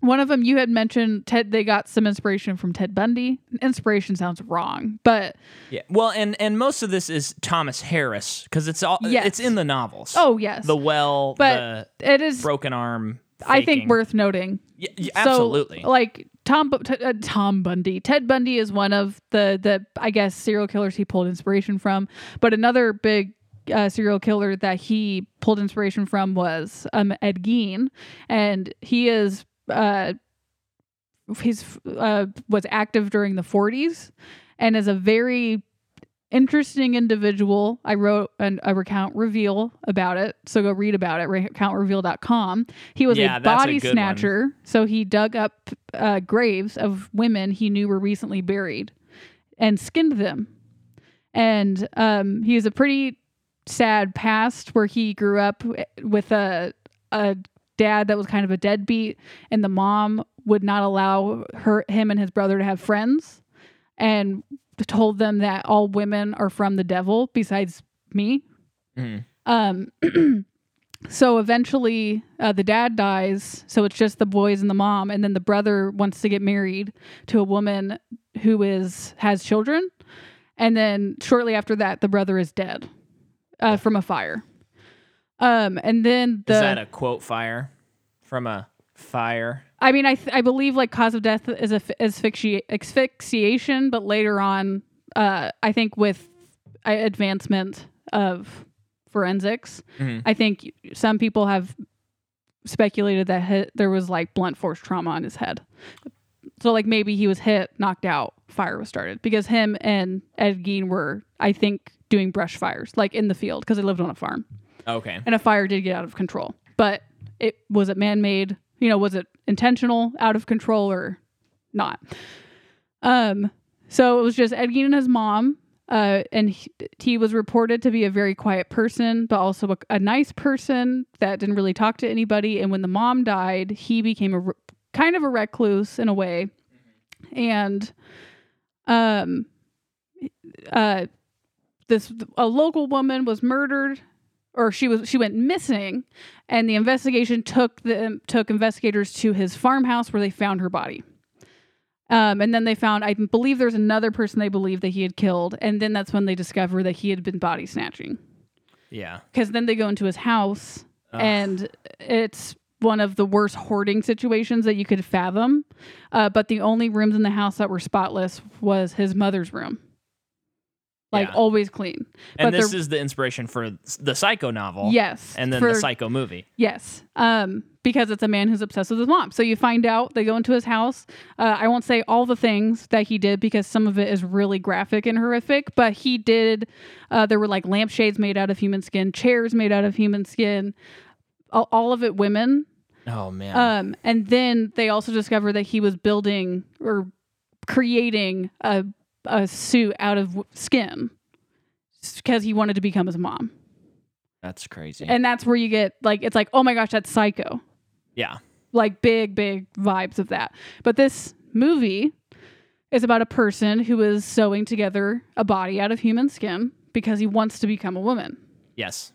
Speaker 2: One of them you had mentioned Ted. They got some inspiration from Ted Bundy. Inspiration sounds wrong, but
Speaker 1: Yeah. Well, and and most of this is Thomas Harris because it's all
Speaker 2: Yes.
Speaker 1: it's in the novels.
Speaker 2: oh yes,
Speaker 1: the well,
Speaker 2: But it
Speaker 1: the
Speaker 2: is.
Speaker 1: broken arm.
Speaker 2: I think
Speaker 1: faking.
Speaker 2: worth noting
Speaker 1: Yeah, yeah,
Speaker 2: So,
Speaker 1: absolutely.
Speaker 2: like Tom Bu- T- uh, Tom Bundy, Ted Bundy is one of the the I guess serial killers he pulled inspiration from. But another big uh, serial killer that he pulled inspiration from was um, Ed Gein, and he is uh, he's uh, was active during the 40s and is a very interesting individual. I wrote an, a recount reveal about it, so go read about it. Recountreveal.com. He was
Speaker 1: Yeah,
Speaker 2: a
Speaker 1: that's a
Speaker 2: body
Speaker 1: good one.
Speaker 2: snatcher, so he dug up uh, graves of women he knew were recently buried and skinned them. And um, he has a pretty sad past where he grew up with a a dad that was kind of a deadbeat, and the mom would not allow her him and his brother to have friends, and told them that all women are from the devil besides me.
Speaker 1: Mhm.
Speaker 2: Um, [CLEARS THROAT] so eventually uh, the dad dies, so it's just the boys and the mom, and then the brother wants to get married to a woman who is has children, and then shortly after that the brother is dead uh, from a fire. Um, and then the
Speaker 1: Is that a quote fire from a fire?
Speaker 2: I mean, I th- I believe like cause of death is a asphyxi- asphyxiation, but later on, uh, I think with uh, advancement of forensics,
Speaker 1: Mhm.
Speaker 2: I think some people have speculated that hit, there was like blunt force trauma on his head. So like maybe he was hit, knocked out, fire was started because him and Ed Gein were, I think, doing brush fires like in the field because they lived on a farm
Speaker 1: Okay.
Speaker 2: and a fire did get out of control. But it was it man made? You know, was it intentional, out of control, or not? Um, so it was just Ed Gein and his mom. Uh, and he, he was reported to be a very quiet person, but also a, a nice person that didn't really talk to anybody. And when the mom died, he became a re- kind of a recluse in a way. And um, uh, this a local woman was murdered or she was she went missing and the investigation took the took investigators to his farmhouse where they found her body um, and then they found i believe there's another person they believe that he had killed and then that's when they discover that he had been body snatching
Speaker 1: Yeah.
Speaker 2: because then they go into his house and it's one of the worst hoarding situations that you could fathom uh, but the only rooms in the house that were spotless was his mother's room like
Speaker 1: Yeah.
Speaker 2: always clean
Speaker 1: And
Speaker 2: but
Speaker 1: this
Speaker 2: the,
Speaker 1: is the inspiration for the psycho novel.
Speaker 2: yes
Speaker 1: And then
Speaker 2: for-
Speaker 1: the psycho movie.
Speaker 2: yes um because it's a man who's obsessed with his mom so you find out they go into his house uh, i won't say all the things that he did because some of it is really graphic and horrific but he did uh, there were like lampshades made out of human skin chairs made out of human skin all, all of it women
Speaker 1: Oh man.
Speaker 2: Um, and then they also discover that he was building or creating a a suit out of w- skin because he wanted to become his mom.
Speaker 1: That's crazy.
Speaker 2: And that's where you get like it's like oh my gosh that's psycho.
Speaker 1: yeah.
Speaker 2: Like big big vibes of that. But this movie is about a person who is sewing together a body out of human skin because he wants to become a woman.
Speaker 1: Yes.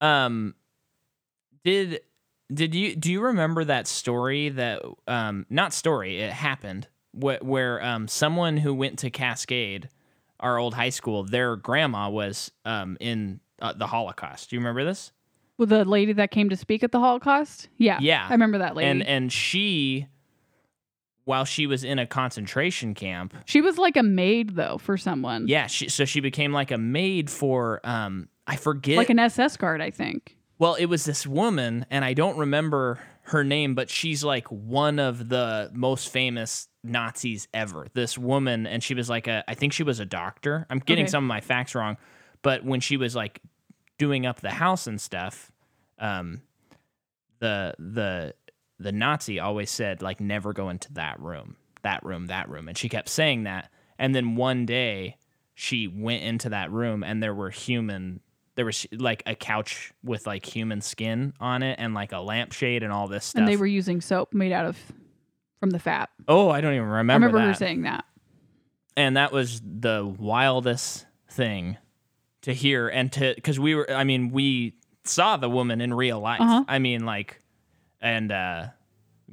Speaker 1: Um did did you do you remember that story that um not story, it happened wh- where um someone who went to Cascade, our old high school, their grandma was um in uh, the Holocaust. Do you remember this?
Speaker 2: With the lady that came to speak at the Holocaust. Yeah.
Speaker 1: Yeah.
Speaker 2: I remember that lady.
Speaker 1: And and she while she was in a concentration camp,
Speaker 2: she was like a maid though for someone.
Speaker 1: yeah, she, so she became like a maid for um I forget
Speaker 2: like an SS guard, I think.
Speaker 1: Well, it was this woman, and I don't remember her name, but she's like one of the most famous Nazis ever. This woman, and she was like a, I think she was a doctor. I'm getting
Speaker 2: Okay.
Speaker 1: some of my facts wrong, but when she was like doing up the house and stuff, um, the the the Nazi always said like never go into that room, that room, that room, and she kept saying that. And then one day she went into that room, and there were human, there was like a couch with like human skin on it, and like a lampshade and all this stuff.
Speaker 2: And they were using soap made out of from the fat.
Speaker 1: oh, I don't even
Speaker 2: I
Speaker 1: remember,
Speaker 2: remember her
Speaker 1: that.
Speaker 2: saying that.
Speaker 1: and that was the wildest thing to hear and to because we were i mean we saw the woman in real life
Speaker 2: Uh-huh.
Speaker 1: i mean like and uh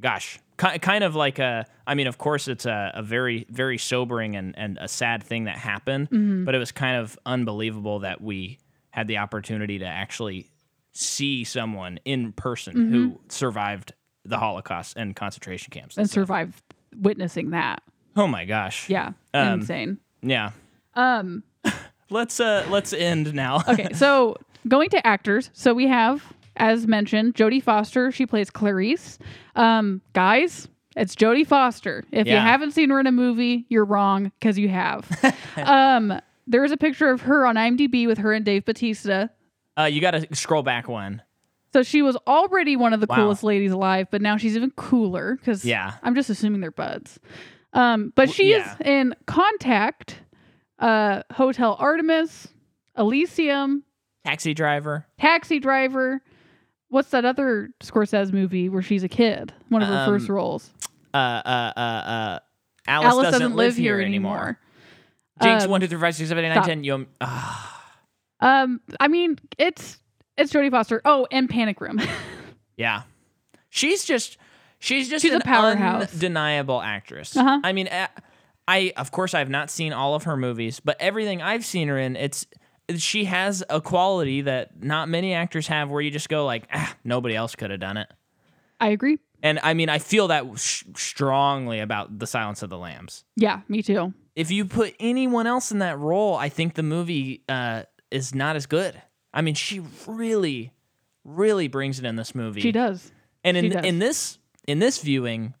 Speaker 1: gosh ki- kind of like a i mean of course it's a, a very very sobering and and a sad thing that happened but it was kind of unbelievable that we had the opportunity to actually see someone in person who survived the holocaust and concentration camps
Speaker 2: And survived witnessing that.
Speaker 1: oh my gosh
Speaker 2: Yeah.
Speaker 1: Um,
Speaker 2: insane.
Speaker 1: yeah
Speaker 2: Um
Speaker 1: [LAUGHS] let's uh let's end now
Speaker 2: [LAUGHS] okay, so going to actors. So we have, as mentioned, Jodie Foster. She plays Clarice. Um, guys, it's Jodie Foster. If you
Speaker 1: Yeah.
Speaker 2: haven't seen her in a movie, you're wrong because you have. [LAUGHS] um, there is a picture of her on IMDb with her and Dave Batista.
Speaker 1: Uh, you got to scroll back one.
Speaker 2: So she was already one of the
Speaker 1: Wow.
Speaker 2: coolest ladies alive, but now she's even cooler because
Speaker 1: Yeah.
Speaker 2: I'm just assuming they're buds. Um, but she
Speaker 1: yeah.
Speaker 2: is in Contact, uh, Hotel Artemis, Elysium,
Speaker 1: Taxi driver.
Speaker 2: Taxi Driver. What's that other Scorsese movie where she's a kid? One of her
Speaker 1: Um,
Speaker 2: first roles.
Speaker 1: Uh, uh, uh, uh. Alice,
Speaker 2: Alice doesn't, live here anymore.
Speaker 1: Jinx,
Speaker 2: Um,
Speaker 1: one, two, three, five, six, seven, eight, nine,
Speaker 2: stop.
Speaker 1: ten. You, uh,
Speaker 2: Um, I mean, it's it's Jodie Foster. Oh, and Panic Room. [LAUGHS]
Speaker 1: yeah. She's just, she's just
Speaker 2: She's a
Speaker 1: an
Speaker 2: powerhouse.
Speaker 1: undeniable actress.
Speaker 2: Uh-huh.
Speaker 1: I mean, uh, I of course I've not seen all of her movies, but everything I've seen her in, it's she has a quality that not many actors have, where you just go like, ah, nobody else could have done it.
Speaker 2: I agree.
Speaker 1: And I mean, I feel that sh- strongly about the Silence of the Lambs.
Speaker 2: Yeah, me too.
Speaker 1: if you put anyone else in that role, I think the movie uh, is not as good. I mean, she really, really brings it in this movie.
Speaker 2: She does.
Speaker 1: And in
Speaker 2: she does.
Speaker 1: in this in this viewing,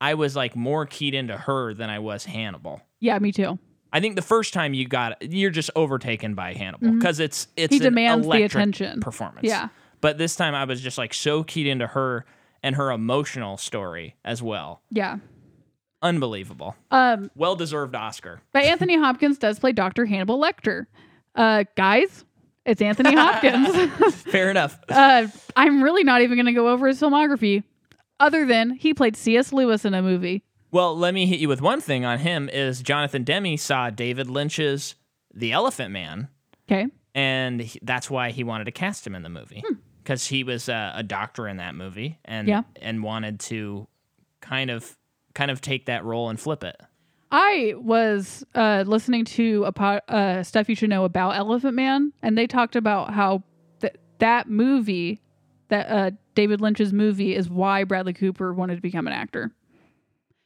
Speaker 1: I was like more keyed into her than I was Hannibal.
Speaker 2: Yeah, me too.
Speaker 1: I think the first time you got you're just overtaken by Hannibal because it's it's
Speaker 2: Mm-hmm. He
Speaker 1: an
Speaker 2: demands the
Speaker 1: electric
Speaker 2: attention.
Speaker 1: performance.
Speaker 2: Yeah.
Speaker 1: But this time I was just like so keyed into her and her emotional story as well.
Speaker 2: Yeah.
Speaker 1: Unbelievable.
Speaker 2: Um,
Speaker 1: Well deserved Oscar.
Speaker 2: But Anthony Hopkins does play Dr. Hannibal Lecter. Uh, guys, it's [LAUGHS] Anthony Hopkins. [LAUGHS]
Speaker 1: Fair enough.
Speaker 2: uh, I'm really not even going to go over his filmography, other than he played C.S. Lewis in a movie.
Speaker 1: Well, let me hit you with one thing on him is Jonathan Demme saw David Lynch's The Elephant Man,
Speaker 2: Okay.
Speaker 1: and he- that's why he wanted to cast him in the movie because he was uh, a doctor in that movie and
Speaker 2: Hmm. Yeah.
Speaker 1: and wanted to kind of kind of take that role and flip it.
Speaker 2: I was uh, listening to a po- uh, stuff you should know about Elephant Man, and they talked about how th- that movie, that uh, David Lynch's movie, is why Bradley Cooper wanted to become an actor,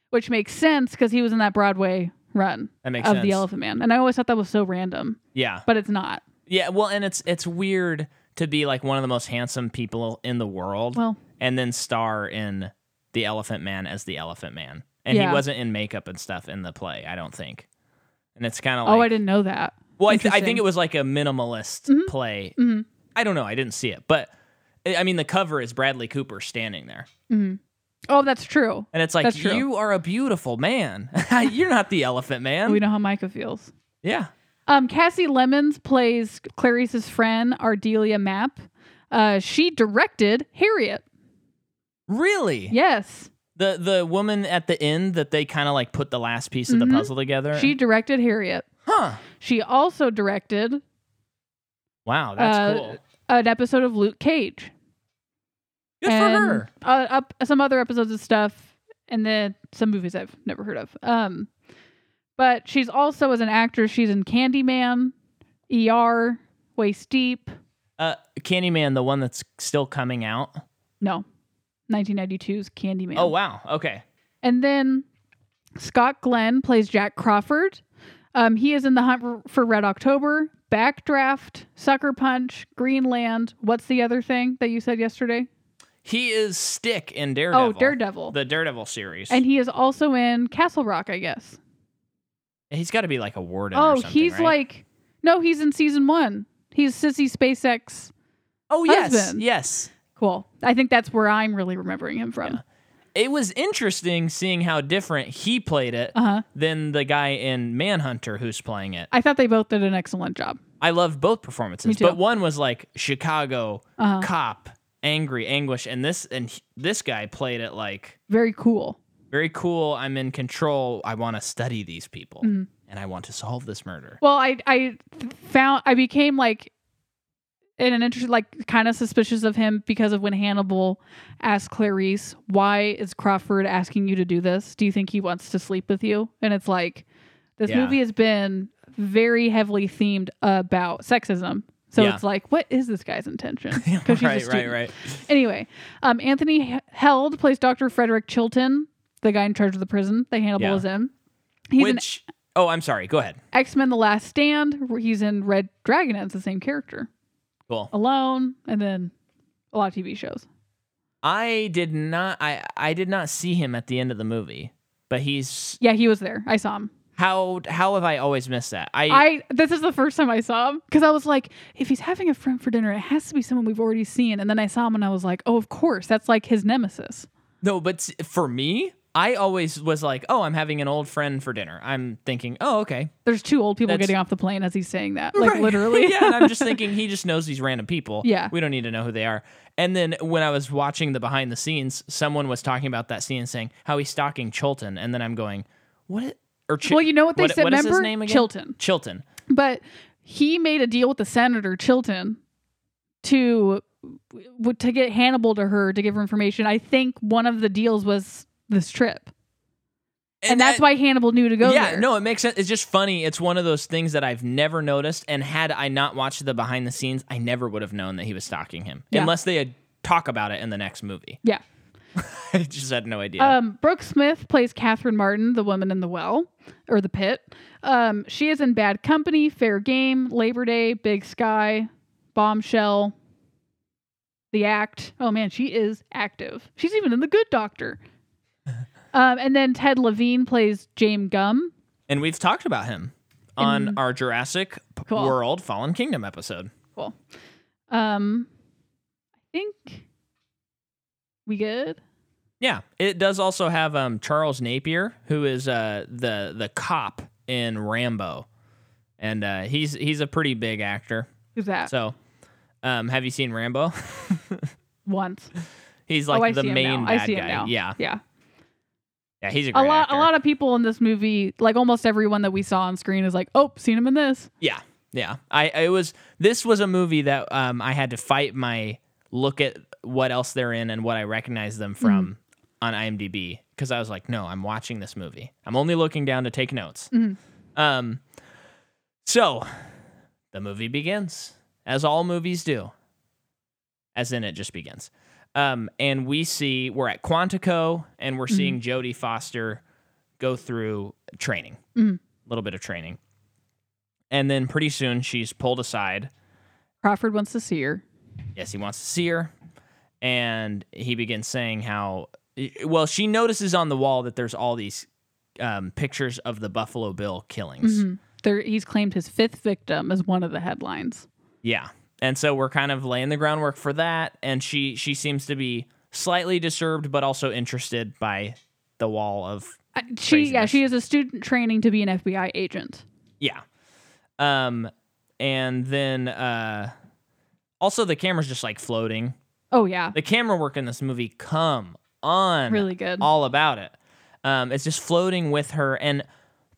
Speaker 2: which makes sense because he was in that Broadway run
Speaker 1: That makes
Speaker 2: of
Speaker 1: sense.
Speaker 2: the Elephant Man, and I always thought that was so random,
Speaker 1: yeah.
Speaker 2: but it's not.
Speaker 1: Yeah, well, and it's it's weird to be like one of the most handsome people in the world
Speaker 2: Well,
Speaker 1: and then star in The Elephant Man as The Elephant Man. And
Speaker 2: Yeah.
Speaker 1: he wasn't in makeup and stuff in the play, I don't think. And it's kind of like
Speaker 2: oh, I didn't know that.
Speaker 1: Well, I, th- I
Speaker 2: Interesting. Mm-hmm.
Speaker 1: think it was like a minimalist play. I don't know, I didn't see it, but I I mean the cover is Bradley Cooper standing there.
Speaker 2: Oh, that's true.
Speaker 1: And it's like
Speaker 2: That's true.
Speaker 1: you are a beautiful man. [LAUGHS] You're not the elephant man.
Speaker 2: We know how Micah feels.
Speaker 1: yeah.
Speaker 2: Um, Cassie Lemons plays Clarice's friend, Ardelia Map. Uh, she directed Harriet.
Speaker 1: Really?
Speaker 2: Yes,
Speaker 1: The the woman at the end that they kind of like put the last piece of the puzzle together.
Speaker 2: Mm-hmm. she directed Harriet.
Speaker 1: Huh.
Speaker 2: She also directed
Speaker 1: Wow, that's
Speaker 2: uh,
Speaker 1: cool.
Speaker 2: an episode of Luke Cage.
Speaker 1: Good
Speaker 2: and,
Speaker 1: for her.
Speaker 2: Uh, up some other episodes of stuff, and then some movies I've never heard of. Um, but she's also as an actress, she's in Candyman, ER, Waist Deep.
Speaker 1: Uh, Candyman, the one that's still coming out.
Speaker 2: No, 1992's Candyman.
Speaker 1: Oh wow. Okay.
Speaker 2: And then Scott Glenn plays Jack Crawford. Um, he is in the hunt r- for Red October, Backdraft, Sucker Punch, Greenland. What's the other thing that you said yesterday?
Speaker 1: He is Stick in Daredevil.
Speaker 2: Oh, Daredevil.
Speaker 1: The Daredevil series.
Speaker 2: and he is also in Castle Rock, I guess.
Speaker 1: he's got to be like a warden. or
Speaker 2: Oh,
Speaker 1: something,
Speaker 2: he's
Speaker 1: right?
Speaker 2: like, no, he's in season one. He's Sissy SpaceX.
Speaker 1: Oh yes,
Speaker 2: husband.
Speaker 1: yes.
Speaker 2: Cool. I think that's where I'm really remembering him from.
Speaker 1: It was interesting seeing how different he played it
Speaker 2: Uh huh.
Speaker 1: than the guy in Manhunter who's playing it.
Speaker 2: I thought they both did an excellent job.
Speaker 1: I loved both performances,
Speaker 2: Me too.
Speaker 1: but one was like Chicago
Speaker 2: Uh huh.
Speaker 1: cop, angry, anguish, and this and he- this guy played it like
Speaker 2: Very cool.
Speaker 1: very cool. I'm in control. I want to study these people,
Speaker 2: Mhm.
Speaker 1: and I want to solve this murder.
Speaker 2: Well, I I found I became like in an interest like kind of suspicious of him because of when Hannibal asked Clarice, "Why is Crawford asking you to do this? Do you think he wants to sleep with you?" And it's like this
Speaker 1: Yeah.
Speaker 2: movie has been very heavily themed about sexism. So
Speaker 1: Yeah.
Speaker 2: it's like, what is this guy's
Speaker 1: [LAUGHS]
Speaker 2: intention? Because she's a
Speaker 1: right, right,
Speaker 2: student.
Speaker 1: right.
Speaker 2: Anyway, um, Anthony H- Held plays Dr. Frederick Chilton, the guy in charge of the prison that Hannibal
Speaker 1: Yeah.
Speaker 2: is in. He's an
Speaker 1: Which, oh, I'm sorry. Go ahead.
Speaker 2: X Men: The Last Stand. where He's in Red Dragon. and It's the same character
Speaker 1: Cool.
Speaker 2: Oh. alone, and then a lot of TV shows.
Speaker 1: I did not. I I did not see him at the end of the movie, but he's
Speaker 2: Yeah, he was there. I saw him.
Speaker 1: how how have I always missed that? I,
Speaker 2: I this is the first time I saw him because I was like, if he's having a friend for dinner, it has to be someone we've already seen. And then I saw him, and I was like, oh, of course, that's like his nemesis.
Speaker 1: no, but s- for me, I always was like, oh, I'm having an old friend for dinner. I'm thinking, oh, okay,
Speaker 2: There's two old people
Speaker 1: That's-
Speaker 2: getting off the plane as he's saying that, like
Speaker 1: Right. [LAUGHS]
Speaker 2: literally.
Speaker 1: yeah, and I'm just thinking he just knows these random people.
Speaker 2: Yeah.
Speaker 1: We don't need to know who they are. And then when I was watching the behind the scenes, someone was talking about that scene and saying how he's stalking Chilton. And then I'm going, what? Or Ch-
Speaker 2: Well, you know what they said.
Speaker 1: what is
Speaker 2: remember
Speaker 1: his name again?
Speaker 2: Chilton,
Speaker 1: Chilton.
Speaker 2: but he made a deal with the senator Chilton to w- to get Hannibal to her to give her information. I think one of the deals was this trip, and, that's
Speaker 1: that-
Speaker 2: why Hannibal knew to go
Speaker 1: yeah,
Speaker 2: there.
Speaker 1: no, it makes sense. It's just funny. It's one of those things that I've never noticed. And had I not watched the behind the scenes, I never would have known that he was stalking him.
Speaker 2: Yeah.
Speaker 1: Unless they had talk about it in the next movie. [LAUGHS]
Speaker 2: Yeah.
Speaker 1: I just had no idea.
Speaker 2: Um, Brooke Smith plays Catherine Martin, the woman in the well or the pit. Um, she is in Bad Company, Fair Game, Labor Day, Big Sky, Bombshell, The Act. Oh man, she is active. She's even in The Good
Speaker 1: [LAUGHS]
Speaker 2: Doctor. um, and then Ted Levine plays James Gum.
Speaker 1: and we've talked about him on
Speaker 2: And-
Speaker 1: our Jurassic P-
Speaker 2: Cool.
Speaker 1: World Fallen Kingdom episode.
Speaker 2: Cool. Um, I think we good.
Speaker 1: Yeah, it does also have um, Charles Napier, who is uh, the the cop in Rambo, and uh, he's he's a pretty big actor.
Speaker 2: Who's that?
Speaker 1: So, um, have you seen Rambo? [LAUGHS]
Speaker 2: Once.
Speaker 1: he's like
Speaker 2: oh, I
Speaker 1: the
Speaker 2: see him
Speaker 1: main
Speaker 2: now.
Speaker 1: bad
Speaker 2: I see
Speaker 1: guy.
Speaker 2: him now.
Speaker 1: Yeah,
Speaker 2: Yeah.
Speaker 1: yeah, he's a
Speaker 2: a
Speaker 1: great
Speaker 2: lot
Speaker 1: actor.
Speaker 2: a lot of people in this movie like almost everyone that we saw on screen is like oh seen him in this
Speaker 1: yeah, yeah. I it was this was a movie that um, I had to fight my look at what else they're in and what I recognize them from
Speaker 2: Mm-hmm.
Speaker 1: on IMDb because I was like, no, I'm watching this movie. I'm only looking down to take notes.
Speaker 2: Mm-hmm.
Speaker 1: Um, so the movie begins, as all movies do, as in it just begins. Um, and we see we're at Quantico and
Speaker 2: Mm-hmm.
Speaker 1: we're seeing Jodie Foster go through training, a
Speaker 2: Mhm.
Speaker 1: little bit of training. And then pretty soon she's pulled aside
Speaker 2: Crawford wants to see her.
Speaker 1: Yes, he wants to see her. And he begins saying how, well, she notices on the wall that there's all these um, pictures of the Buffalo Bill killings.
Speaker 2: Mm-hmm. There, he's claimed his fifth victim as one of the headlines.
Speaker 1: Yeah. And so we're kind of laying the groundwork for that. And she, she seems to be slightly disturbed, but also interested by the wall of,
Speaker 2: I- She, yeah,
Speaker 1: Craziness.
Speaker 2: she is a student training to be an FBI agent.
Speaker 1: yeah. Um, and then uh, also the camera's just like floating.
Speaker 2: Oh yeah,
Speaker 1: The camera work in this movie, come on.
Speaker 2: really good.
Speaker 1: all about it. Um, it's just floating with her, and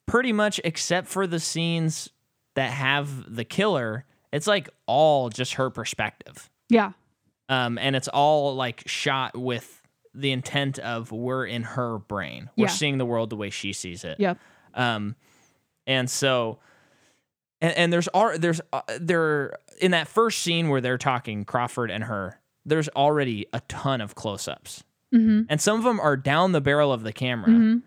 Speaker 1: pretty much except for the scenes that have the killer, it's like all just her perspective,
Speaker 2: yeah,
Speaker 1: um, and it's all like shot with the intent of we're in her brain, we're
Speaker 2: Yeah.
Speaker 1: seeing the world the way she sees it,
Speaker 2: yep.
Speaker 1: um, and so. And, and there's al- there's uh, there in that first scene where they're talking Crawford and her. There's already a ton of close-ups
Speaker 2: hmm
Speaker 1: and some of them are down the barrel of the camera
Speaker 2: Mhm.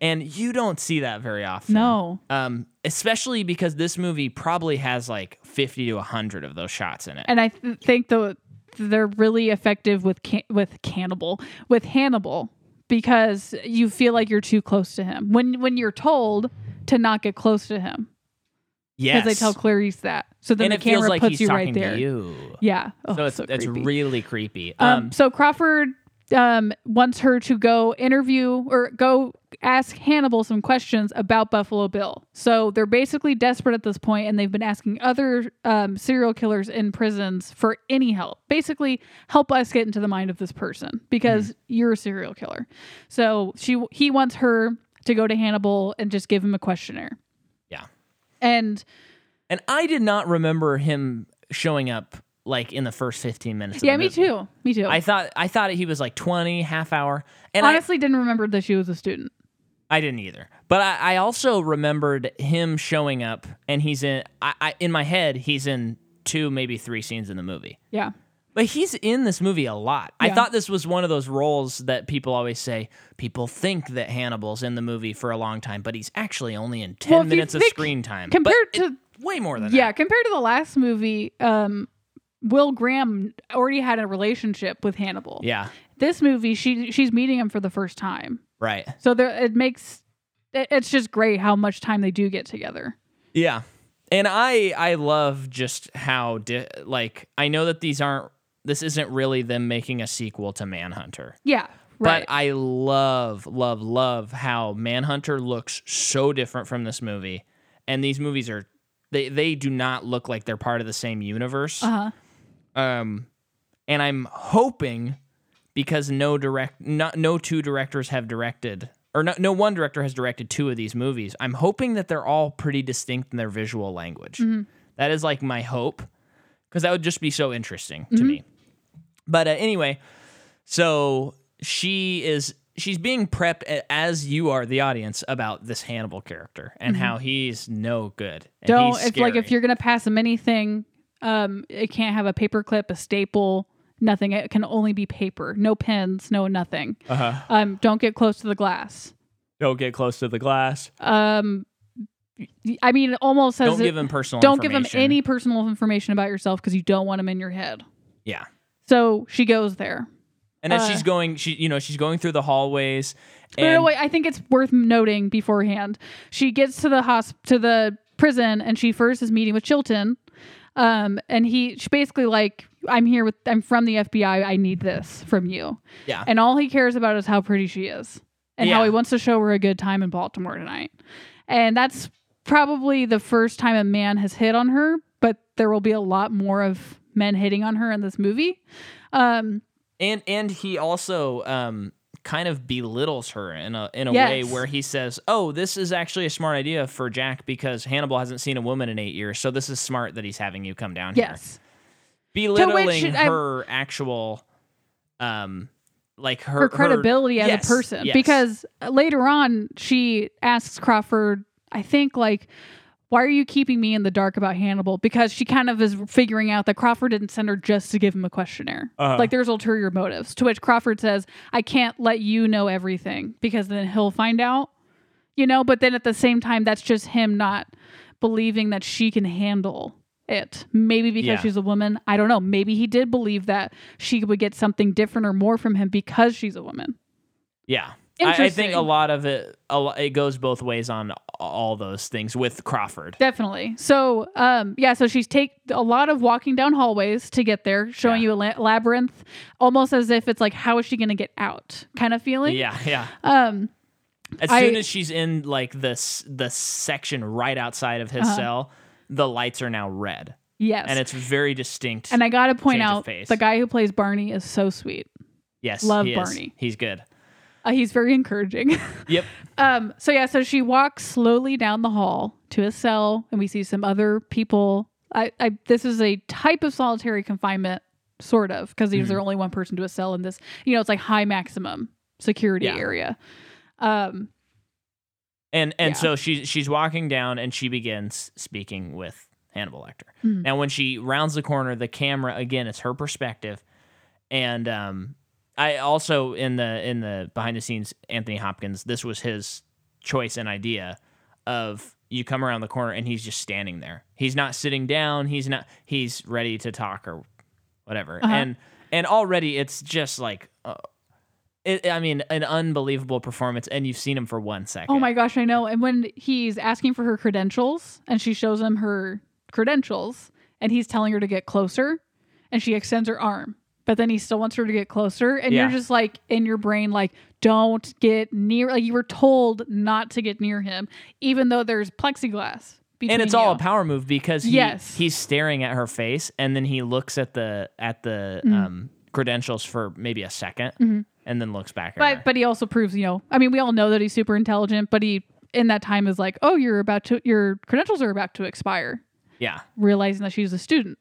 Speaker 1: and you don't see that very often
Speaker 2: No,
Speaker 1: um especially because this movie probably has like 50 to 100 of those shots in it
Speaker 2: and I th- think though they're really effective with can- with cannibal with Hannibal because you feel like you're too close to him when when you're told to not get close to him
Speaker 1: yes
Speaker 2: because they tell Clarice that. So
Speaker 1: and
Speaker 2: then the
Speaker 1: it feels
Speaker 2: camera
Speaker 1: like
Speaker 2: puts
Speaker 1: he's
Speaker 2: you
Speaker 1: talking
Speaker 2: right there.
Speaker 1: to you
Speaker 2: Yeah. Oh,
Speaker 1: so it's it's
Speaker 2: creepy.
Speaker 1: really creepy
Speaker 2: Um,
Speaker 1: um
Speaker 2: so Crawford um, wants her to go interview or go ask Hannibal some questions about Buffalo Bill. So they're basically desperate at this point, and they've been asking other um, serial killers in prisons for any help. Basically, help us get into the mind of this person because
Speaker 1: Mm-hmm.
Speaker 2: you're a serial killer. So she he wants her to go to Hannibal and just give him a questionnaire.
Speaker 1: Yeah.
Speaker 2: And
Speaker 1: and i did not remember him showing up like in the first 15 minutes of
Speaker 2: yeah,
Speaker 1: the
Speaker 2: me
Speaker 1: movie.
Speaker 2: too. Me too.
Speaker 1: i thought i thought he was like 20 half hour and I,
Speaker 2: honestly didn't remember that she was a student.
Speaker 1: I didn't either. But I, I also remembered him showing up, and he's in. I, I in my head, he's in two, maybe three scenes in the movie.
Speaker 2: Yeah.
Speaker 1: But he's in this movie a lot. I
Speaker 2: Yeah.
Speaker 1: thought this was one of those roles that people always say people think that Hannibal's in the movie for a long time, but he's actually only in ten
Speaker 2: Well, if you
Speaker 1: minutes of
Speaker 2: think-
Speaker 1: screen time. But
Speaker 2: Compared to
Speaker 1: it- way more than
Speaker 2: yeah compared to the last movie um will graham already had a relationship with hannibal
Speaker 1: that. Yeah.
Speaker 2: this movie she she's meeting him for the first time
Speaker 1: Right.
Speaker 2: so there it makes it, it's just great how much time they do get together
Speaker 1: Yeah. And I I love just how di- like I know that these aren't this isn't really them making a sequel to Manhunter.
Speaker 2: yeah
Speaker 1: But
Speaker 2: right
Speaker 1: uh, I love, love, love how Manhunter looks so different from this movie. And these movies are they they do not look like they're part of the same universe.
Speaker 2: uh-huh
Speaker 1: Um and I'm hoping because no direct not no two directors have directed or no, no one director has directed two of these movies. I'm hoping that they're all pretty distinct in their visual language.
Speaker 2: Mm-hmm.
Speaker 1: That is like my hope because that would just be so interesting
Speaker 2: Mm-hmm.
Speaker 1: to me. But uh, anyway, so she is she's being prepped a- as you are the audience about this Hannibal character and how he's no good. And
Speaker 2: Mm-hmm. don't
Speaker 1: he's
Speaker 2: if like if
Speaker 1: scary.
Speaker 2: you're gonna pass him anything um it can't have a paperclip a staple nothing it can only be paper no pens no nothing
Speaker 1: uh-huh.
Speaker 2: um don't get close to the glass
Speaker 1: don't get close to the glass.
Speaker 2: um i mean it almost says
Speaker 1: Don't
Speaker 2: it-
Speaker 1: give him personal.
Speaker 2: don't give him
Speaker 1: information.
Speaker 2: any personal information about yourself because you don't want him in your head.
Speaker 1: Yeah.
Speaker 2: So she goes there.
Speaker 1: And as
Speaker 2: Uh,
Speaker 1: she's going, she you know she's going through the hallways.
Speaker 2: But no,
Speaker 1: And
Speaker 2: wait, I think it's worth noting beforehand. She gets to the hosp- to the prison, and she first is meeting with Chilton, um, and he she basically like, "I'm here with, I'm from the FBI. I need this from you."
Speaker 1: yeah,
Speaker 2: And all he cares about is how pretty she is and how
Speaker 1: Yeah.
Speaker 2: he wants to show her a good time in Baltimore tonight. And that's probably the first time a man has hit on her, but there will be a lot more of men hitting on her in this movie. Um,
Speaker 1: and and he also um kind of belittles her in a in a way
Speaker 2: Yes.
Speaker 1: where he says, "Oh, this is actually a smart idea for Jack because Hannibal hasn't seen a woman in eight years, so this is smart that he's having you come down here."
Speaker 2: yes.
Speaker 1: belittling
Speaker 2: I-
Speaker 1: her actual um like her,
Speaker 2: her, credibility as
Speaker 1: yes,
Speaker 2: a person
Speaker 1: yes.
Speaker 2: because later on she asks Crawford, I think like why are you keeping me in the dark about Hannibal? Because she kind of is figuring out that Crawford didn't send her just to give him a questionnaire.
Speaker 1: Uh-huh.
Speaker 2: Like there's ulterior motives. To which Crawford says, "I can't let you know everything because then he'll find out." You know, but then at the same time that's just him not believing that she can handle it. Maybe because
Speaker 1: Yeah.
Speaker 2: she's a woman. I don't know. Maybe he did believe that she would get something different or more from him because she's a woman.
Speaker 1: yeah. I, I think a
Speaker 2: Interesting.
Speaker 1: lot of it, a lo- it goes both ways on all those things with Crawford.
Speaker 2: Definitely. So, um, yeah. So she's take a lot of walking down hallways to get there, showing
Speaker 1: Yeah.
Speaker 2: you a la- labyrinth, almost as if it's like, how is she going to get out? Kind of feeling.
Speaker 1: Yeah, yeah.
Speaker 2: Um.
Speaker 1: As
Speaker 2: I-
Speaker 1: soon as she's in like this the section right outside of his
Speaker 2: Uh-huh.
Speaker 1: cell, the lights are now red,
Speaker 2: Yes.
Speaker 1: and it's very distinct.
Speaker 2: And I got to point
Speaker 1: change of
Speaker 2: out
Speaker 1: pace.
Speaker 2: the guy who plays Barney is so sweet.
Speaker 1: yes,
Speaker 2: love
Speaker 1: he is.
Speaker 2: Barney.
Speaker 1: He's good.
Speaker 2: Uh, he's very encouraging. [LAUGHS]
Speaker 1: Yep.
Speaker 2: Um, so yeah, so she walks slowly down the hall to a cell, and we see some other people. I, I this is a type of solitary confinement, sort of, because there's
Speaker 1: Mm-hmm.
Speaker 2: only one person to a cell in this. You know, it's like high maximum security
Speaker 1: Yeah.
Speaker 2: area. Um,
Speaker 1: And and
Speaker 2: Yeah.
Speaker 1: so she's she's walking down and she begins speaking with Hannibal Lecter.
Speaker 2: Mhm.
Speaker 1: Now when she rounds the corner, the camera again it's her perspective, and um, I also in the in the behind the scenes Anthony Hopkins this was his choice and idea of you come around the corner and he's just standing there. He's not sitting down. He's not he's ready to talk or whatever.
Speaker 2: Uh-huh.
Speaker 1: And and already it's just like. Uh, it, I mean, an unbelievable performance, and you've seen him for one second.
Speaker 2: Oh my gosh, I know. And when he's asking for her credentials, and she shows him her credentials, and he's telling her to get closer, and she extends her arm, but then he still wants her to get closer, and
Speaker 1: Yeah.
Speaker 2: you're just like in your brain, like, don't get near. Like you were told not to get near him, even though there's plexiglass.
Speaker 1: and
Speaker 2: between
Speaker 1: it's all
Speaker 2: you.
Speaker 1: a power move because he,
Speaker 2: Yes.
Speaker 1: he's staring at her face and then he looks at the at the
Speaker 2: Mm-hmm.
Speaker 1: um, credentials for maybe a 2nd and then looks back at her.
Speaker 2: But but he also proves, you know, I mean, we all know that he's super intelligent, but he in that time is like, oh, you're about to, your credentials are about to expire,
Speaker 1: yeah
Speaker 2: realizing that she's a student.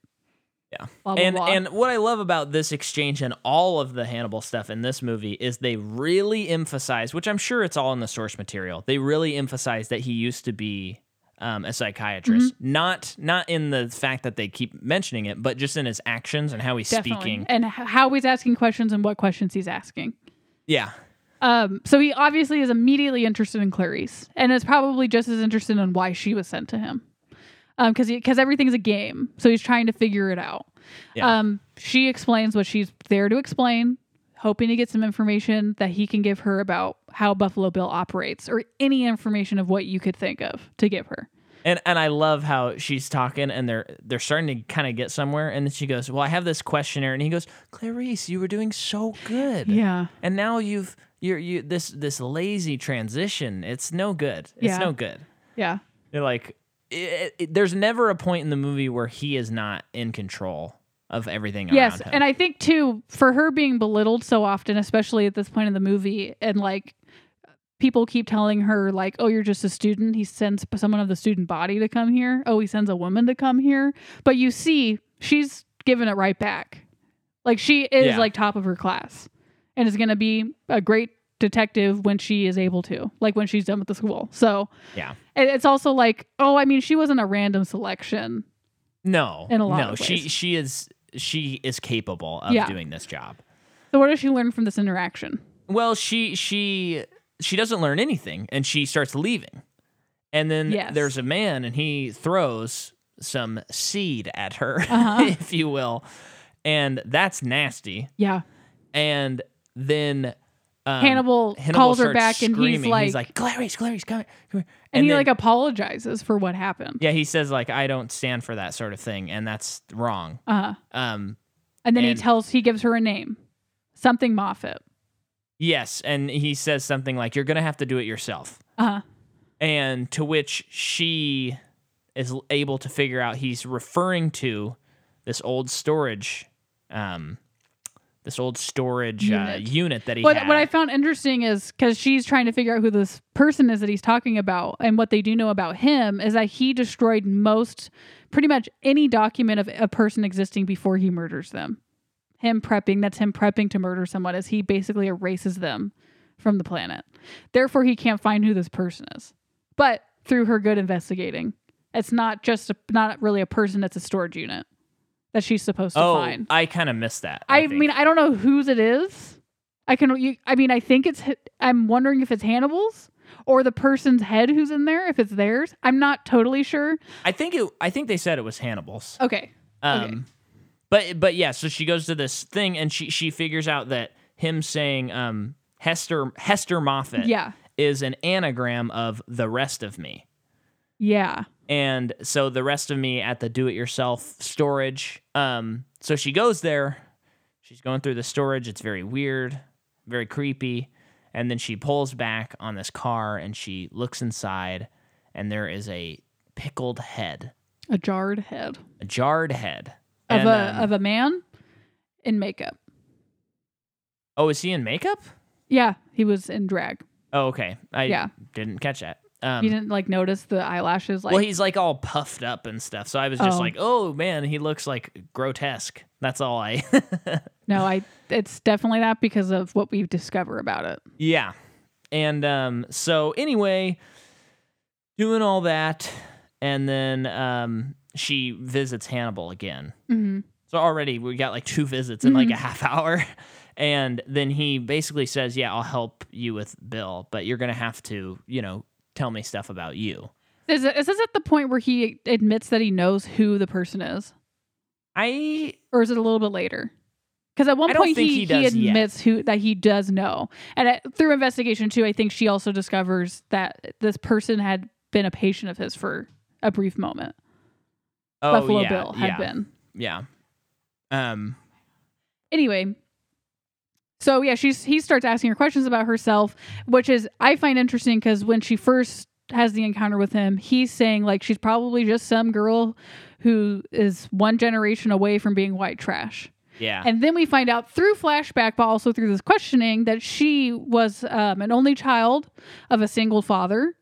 Speaker 1: yeah
Speaker 2: Blah, blah,
Speaker 1: and
Speaker 2: blah.
Speaker 1: and what i love about this exchange and all of the hannibal stuff in this movie is they really emphasize which i'm sure it's all in the source material they really emphasize that he used to be um, a psychiatrist
Speaker 2: Mm-hmm.
Speaker 1: not not in the fact that they keep mentioning it but just in his actions and how he's
Speaker 2: Definitely.
Speaker 1: speaking
Speaker 2: and h- how he's asking questions and what questions he's asking.
Speaker 1: yeah
Speaker 2: Um, so he obviously is immediately interested in Clarice, and is probably just as interested in why she was sent to him, Um, because because everything's a game. So he's trying to figure it out.
Speaker 1: Yeah.
Speaker 2: Um, she explains what she's there to explain, hoping to get some information that he can give her about how Buffalo Bill operates, or any information of what you could think of to give her.
Speaker 1: And and I love how she's talking and they're they're starting to kind of get somewhere and then she goes, "Well, I have this questionnaire." And he goes, "Clarice, you were doing so good."
Speaker 2: Yeah.
Speaker 1: And now you've you're you this this lazy transition. It's no good. It's
Speaker 2: Yeah.
Speaker 1: no good.
Speaker 2: Yeah.
Speaker 1: They're like it, it- there's never a point in the movie where he is not in control of everything
Speaker 2: Yes,
Speaker 1: around him.
Speaker 2: and I think too for her being belittled so often, especially at this point in the movie, and like people keep telling her like, "Oh, you're just a student." He sends someone of the student body to come here. Oh, he sends a woman to come here. But you see, she's giving it right back. Like she is
Speaker 1: Yeah.
Speaker 2: like top of her class, and is going to be a great detective when she is able to, like when she's done with the school. So
Speaker 1: yeah.
Speaker 2: and it's also like, oh, I mean, she wasn't a random selection.
Speaker 1: No.
Speaker 2: In a lot
Speaker 1: no,
Speaker 2: of
Speaker 1: she
Speaker 2: ways.
Speaker 1: she is she is capable of
Speaker 2: Yeah.
Speaker 1: doing this job.
Speaker 2: So what does she learn from this interaction?
Speaker 1: Well, she she she doesn't learn anything, and she starts leaving. And then
Speaker 2: Yes.
Speaker 1: there's a man, and he throws some seed at her,
Speaker 2: Uh-huh.
Speaker 1: [LAUGHS] if you will, and that's nasty.
Speaker 2: Yeah.
Speaker 1: And then um,
Speaker 2: Hannibal calls her
Speaker 1: starts
Speaker 2: back and he's
Speaker 1: screaming.
Speaker 2: like-
Speaker 1: he's like, "Clarice, Clarice, come here, come here."
Speaker 2: and, he
Speaker 1: then-
Speaker 2: like "Oh." apologizes for what happened.
Speaker 1: yeah, he says like, "I don't stand for that sort of thing," and that's wrong.
Speaker 2: Uh,
Speaker 1: Um,
Speaker 2: and then
Speaker 1: And-
Speaker 2: he tells he gives her a name, something Moffat.
Speaker 1: yes, and he says something like, "You're gonna have to do it yourself."
Speaker 2: Uh,
Speaker 1: and to which she is l- able to figure out he's referring to this old storage um this old storage Uh,
Speaker 2: Unit.
Speaker 1: unit that he
Speaker 2: what
Speaker 1: had.
Speaker 2: what I found interesting is because she's trying to figure out who this person is that he's talking about, and what they do know about him is that he destroyed most, pretty much any document of a person existing before he murders them. him prepping. That's him prepping to murder someone. Is he basically erases them from the planet? Therefore, he can't find who this person is. But through her good investigating, it's not just a, not really a person. It's a storage unit that she's supposed to
Speaker 1: oh,
Speaker 2: find.
Speaker 1: I kind of missed that.
Speaker 2: I,
Speaker 1: think.
Speaker 2: mean, I don't know whose it is. I can. You, I mean, I think it's. H- I'm wondering if it's Hannibal's or the person's head who's in there. If it's theirs, I'm not totally sure.
Speaker 1: I think it. I think they said it was Hannibal's.
Speaker 2: Okay.
Speaker 1: Um,
Speaker 2: Oh, Okay.
Speaker 1: but but yeah. So she goes to this thing and she she figures out that him saying um Hester Hester Moffat
Speaker 2: Yeah.
Speaker 1: is an anagram of the rest of me.
Speaker 2: Yeah.
Speaker 1: and so the rest of me at the do-it-yourself storage. Um, so she goes there. She's going through the storage. It's very weird, very creepy. And then she pulls back on this car and she looks inside, and there is a pickled head,
Speaker 2: A jarred head
Speaker 1: a jarred head.
Speaker 2: of
Speaker 1: And,
Speaker 2: a
Speaker 1: um,
Speaker 2: of a man in makeup.
Speaker 1: oh, is he in makeup?
Speaker 2: Yeah, he was in drag.
Speaker 1: Oh, okay. I
Speaker 2: Yeah.
Speaker 1: didn't catch that. Um,
Speaker 2: you didn't like notice the eyelashes. Like
Speaker 1: well, he's like all puffed up and stuff. So I was just
Speaker 2: Oh.
Speaker 1: like, oh man, he looks like grotesque. That's all I.
Speaker 2: no, I. It's definitely that because of what we discover about it.
Speaker 1: Yeah. And um, so anyway, doing all that, and then um, she visits Hannibal again.
Speaker 2: Mm-hmm.
Speaker 1: So already we got like two visits in like a half [LAUGHS] hour. And then he basically says, Yeah, I'll help you with Bill, but you're going to have to, you know, tell me stuff about you.
Speaker 2: Is, it, is this at the point where he admits that he knows who the person is?
Speaker 1: I,
Speaker 2: or is it a little bit later? Because at one
Speaker 1: I don't
Speaker 2: point
Speaker 1: think
Speaker 2: he,
Speaker 1: he
Speaker 2: he,
Speaker 1: does yet.
Speaker 2: admits who that he does know, and uh through investigation too, I think she also discovers that this person had been a patient of his for a brief moment.
Speaker 1: oh,
Speaker 2: Buffalo
Speaker 1: yeah,
Speaker 2: Bill had
Speaker 1: yeah,
Speaker 2: been
Speaker 1: Yeah. Um,
Speaker 2: anyway. So yeah, she's he starts asking her questions about herself, which is I find interesting because when she first has the encounter with him, he's saying like she's probably just some girl who is one generation away from being white trash.
Speaker 1: yeah.
Speaker 2: And then we find out through flashback, but also through this questioning, that she was um, an only child of a single father.